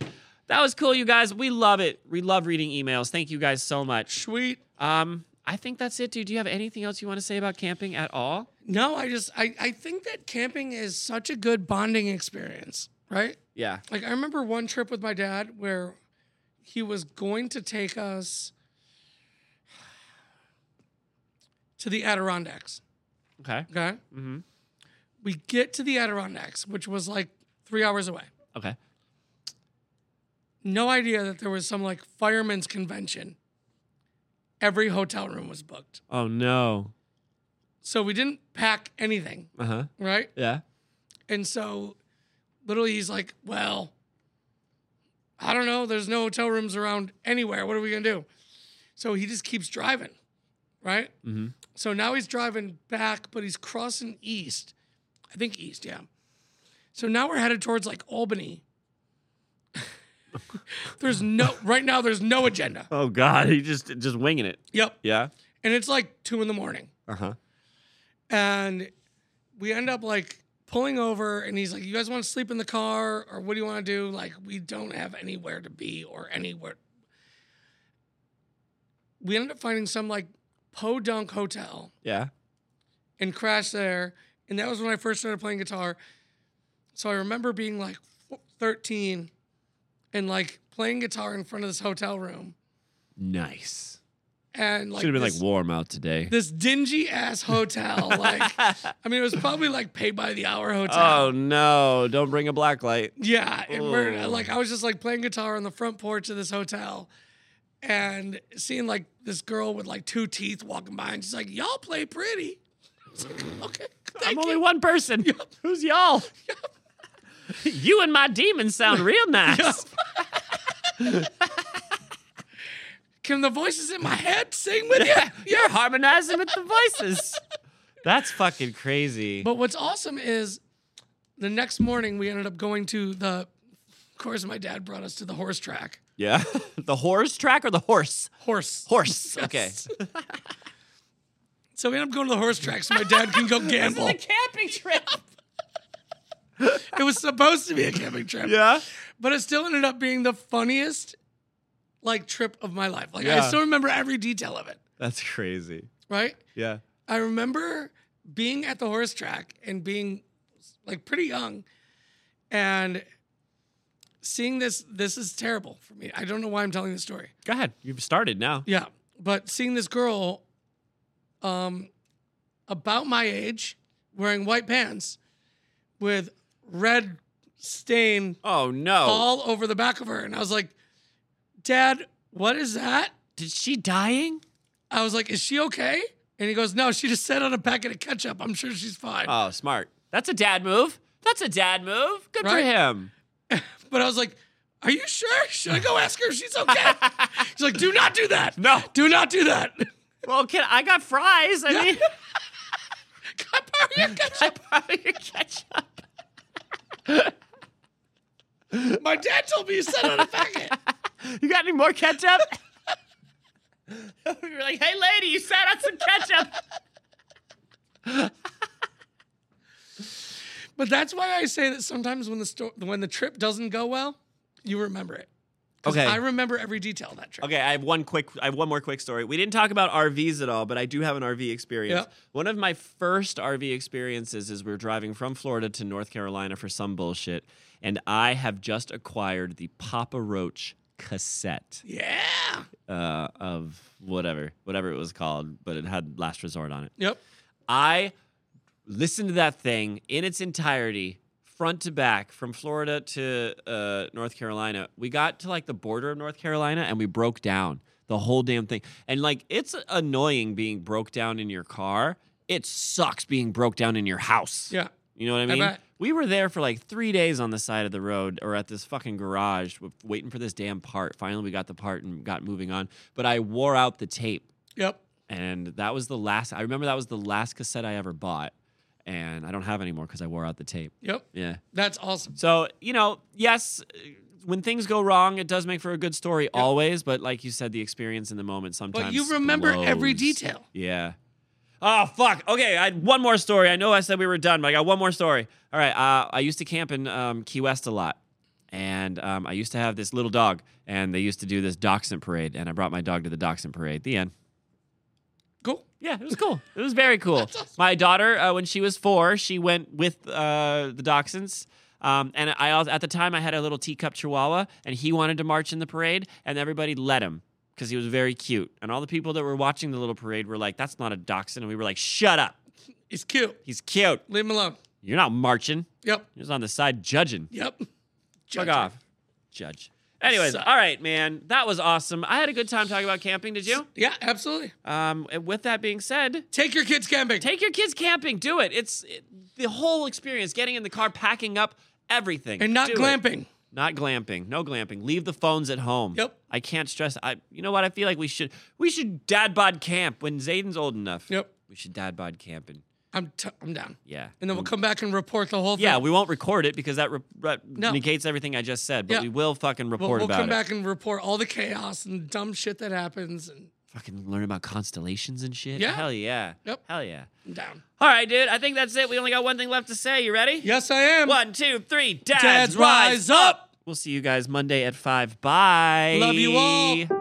Speaker 1: That was cool, you guys. We love it. We love reading emails. Thank you guys so much.
Speaker 2: Sweet.
Speaker 1: Um, I think that's it, dude. Do you have anything else you want to say about camping at all?
Speaker 2: No, I just I, I think that camping is such a good bonding experience, right?
Speaker 1: Yeah.
Speaker 2: Like I remember one trip with my dad where he was going to take us to the Adirondacks.
Speaker 1: Okay.
Speaker 2: Okay?
Speaker 1: Mm-hmm.
Speaker 2: We get to the Adirondacks, which was like three hours away.
Speaker 1: Okay.
Speaker 2: No idea that there was some like firemen's convention. Every hotel room was booked.
Speaker 1: Oh, no.
Speaker 2: So we didn't pack anything,
Speaker 1: Uh huh.
Speaker 2: right?
Speaker 1: Yeah.
Speaker 2: And so literally he's like, Well, I don't know. There's no hotel rooms around anywhere. What are we going to do? So he just keeps driving, right?
Speaker 1: Mm-hmm.
Speaker 2: So now he's driving back, but he's crossing east. I think east, yeah. So now we're headed towards like Albany. (laughs) there's no, right now, there's no agenda.
Speaker 1: Oh God, (laughs) he just just winging it.
Speaker 2: Yep.
Speaker 1: Yeah.
Speaker 2: And it's like two in the morning.
Speaker 1: Uh huh.
Speaker 2: and we end up like pulling over and he's like you guys want to sleep in the car or what do you want to do like we don't have anywhere to be or anywhere we ended up finding some like podunk hotel
Speaker 1: Yeah.
Speaker 2: and crashed there and that was when i first started playing guitar so i remember being like 13 and like playing guitar in front of this hotel room
Speaker 1: Nice.
Speaker 2: and like
Speaker 1: Should have been
Speaker 2: this-
Speaker 1: like warm out today.
Speaker 2: this dingy ass hotel like i mean it was probably like pay by the hour hotel
Speaker 1: (laughs) oh no! Don't bring a black light.
Speaker 2: Yeah, it burned.
Speaker 1: Ooh.
Speaker 2: Like I was just like playing guitar on the front porch of this hotel, and seeing like this girl with like two teeth walking by, and she's like, "Y'all play pretty." (laughs) I was like, okay, thank
Speaker 1: I'm only
Speaker 2: you.
Speaker 1: one (laughs) person. Who's y'all? you and my demons sound (laughs) real nice.
Speaker 2: Can the voices in my head sing with you? (laughs)
Speaker 1: (laughs) You're harmonizing with the voices. That's fucking crazy.
Speaker 2: But what's awesome is the next morning we ended up going to the. Of course, my dad brought us to the horse track.
Speaker 1: yeah. (laughs) the horse track or the horse?
Speaker 2: Horse.
Speaker 1: Horse.
Speaker 2: So we ended up going to the horse track so my
Speaker 1: (laughs)
Speaker 2: dad can go gamble.
Speaker 1: This is a (laughs) camping trip.
Speaker 2: it was supposed to be a camping trip.
Speaker 1: yeah.
Speaker 2: but it still ended up being the funniest like trip of my life. Like I
Speaker 1: Yeah.
Speaker 2: still remember every detail of it,
Speaker 1: That's crazy.
Speaker 2: right?
Speaker 1: Yeah.
Speaker 2: I remember being at the horse track and being like pretty young and seeing this this is terrible for me. I don't know why I'm telling this story.
Speaker 1: Go ahead. You've started now.
Speaker 2: Yeah, but seeing this girl um about my age wearing white pants with red stain
Speaker 1: Oh no.
Speaker 2: all over the back of her. And I was like, Dad, what is that?
Speaker 1: Did she dying?
Speaker 2: I was like, Is she okay? And he goes, No, she just sat on a packet of ketchup. I'm sure she's fine.
Speaker 1: Oh, smart. That's a dad move. That's a dad move. Good
Speaker 2: Right?
Speaker 1: for (laughs) him.
Speaker 2: but I was like, Are you sure? Should I go ask her if
Speaker 1: (laughs)
Speaker 2: she's okay? she's like, Do not do that.
Speaker 1: No.
Speaker 2: Do not do that. (laughs)
Speaker 1: Well, kid, I got fries. I mean, (laughs)
Speaker 2: Can I borrow your ketchup?
Speaker 1: I (laughs) borrowed your ketchup.
Speaker 2: My dad told me you sat on a packet.
Speaker 1: You got any more (laughs) ketchup? we were like, hey, lady, you sat on some ketchup.
Speaker 2: But that's why I say that sometimes when the sto- when the trip doesn't go well, you remember it. 'Cause
Speaker 1: Okay.
Speaker 2: I remember every detail of that trip.
Speaker 1: Okay, I have one quick. I have one more quick story. We didn't talk about RVs at all, but I do have an RV experience.
Speaker 2: Yeah.
Speaker 1: One of my first RV experiences is we were driving from Florida to North Carolina for some bullshit, and I have just acquired the Papa Roach cassette
Speaker 2: Yeah.
Speaker 1: uh, of whatever, whatever it was called, but it had Last Resort on it.
Speaker 2: Yep.
Speaker 1: I listened to that thing in its entirety, front to back, from Florida to uh, North Carolina. We got to like the border of North Carolina and we broke down the whole damn thing. And like, it's annoying being broke down in your car. It sucks being broke down in your house.
Speaker 2: Yeah.
Speaker 1: You know what I
Speaker 2: I
Speaker 1: mean?
Speaker 2: bet.
Speaker 1: We were there for like three days on the side of the road or at this fucking garage w- waiting for this damn part. Finally, we got the part and got moving on. But I wore out the tape.
Speaker 2: Yep.
Speaker 1: And that was the last, I remember that was the last cassette I ever bought. And I don't have any more because I wore out the tape.
Speaker 2: Yep.
Speaker 1: Yeah.
Speaker 2: That's awesome.
Speaker 1: So, you know, yes, uh, when things go wrong, it does make for a good story always. But like you said, the experience in the moment sometimes.
Speaker 2: But you remember every
Speaker 1: blows.
Speaker 2: detail.
Speaker 1: Yeah. Oh fuck. Okay, I had one more story. I know I said we were done, but I got one more story. All right. Uh, I used to camp in um, Key West a lot, and um, I used to have this little dog, and they used to do this dachshund parade, and I brought my dog to the dachshund parade. The end.
Speaker 2: Cool.
Speaker 1: Yeah, it was cool. It was very cool. My daughter, uh, when she was four, she went with uh, the dachshunds. Um, and I also, at the time I had a little teacup chihuahua, and he wanted to march in the parade, and everybody let him because he was very cute. And all the people that were watching the little parade were like, "That's not a dachshund," and we were like, "Shut up,
Speaker 2: It's cute.
Speaker 1: he's cute.
Speaker 2: Leave him alone.
Speaker 1: You're not marching.
Speaker 2: Yep.
Speaker 1: You're just on the side judging."
Speaker 2: Yep.
Speaker 1: Fuck
Speaker 2: Judge her.
Speaker 1: off, judge. Anyways,
Speaker 2: Suck.
Speaker 1: all right, man, that was awesome. I had a good time talking about camping. Did you?
Speaker 2: Yeah, absolutely.
Speaker 1: Um, and with that being said.
Speaker 2: Take your kids camping.
Speaker 1: Take your kids camping. Do it. It's it, the whole experience. Getting in the car, packing up everything,
Speaker 2: and not
Speaker 1: Do it.
Speaker 2: glamping.
Speaker 1: Not glamping. No glamping. Leave the phones at home.
Speaker 2: Yep.
Speaker 1: I can't stress. I. You know what? I feel like we should. We should dad bod camp when Zayden's old enough.
Speaker 2: Yep.
Speaker 1: We should dad bod camping.
Speaker 2: I'm t- I'm down.
Speaker 1: Yeah.
Speaker 2: And then we'll come back and report the whole thing.
Speaker 1: yeah, we won't record it because that, re- that
Speaker 2: No.
Speaker 1: negates everything I just said. But
Speaker 2: Yeah.
Speaker 1: we will fucking
Speaker 2: we'll,
Speaker 1: report
Speaker 2: we'll
Speaker 1: about
Speaker 2: come
Speaker 1: it.
Speaker 2: back and report all the chaos and dumb shit that happens. And
Speaker 1: Fucking learn about constellations and shit.
Speaker 2: Yeah.
Speaker 1: Hell yeah.
Speaker 2: Yep.
Speaker 1: Hell yeah.
Speaker 2: I'm down.
Speaker 1: All right, dude. I think that's it. We only got one thing left to say. You ready?
Speaker 2: Yes, I am.
Speaker 1: One, two, three. Dads,
Speaker 2: Dads, rise up.
Speaker 1: We'll see you guys Monday at 5. Bye.
Speaker 2: Love you all.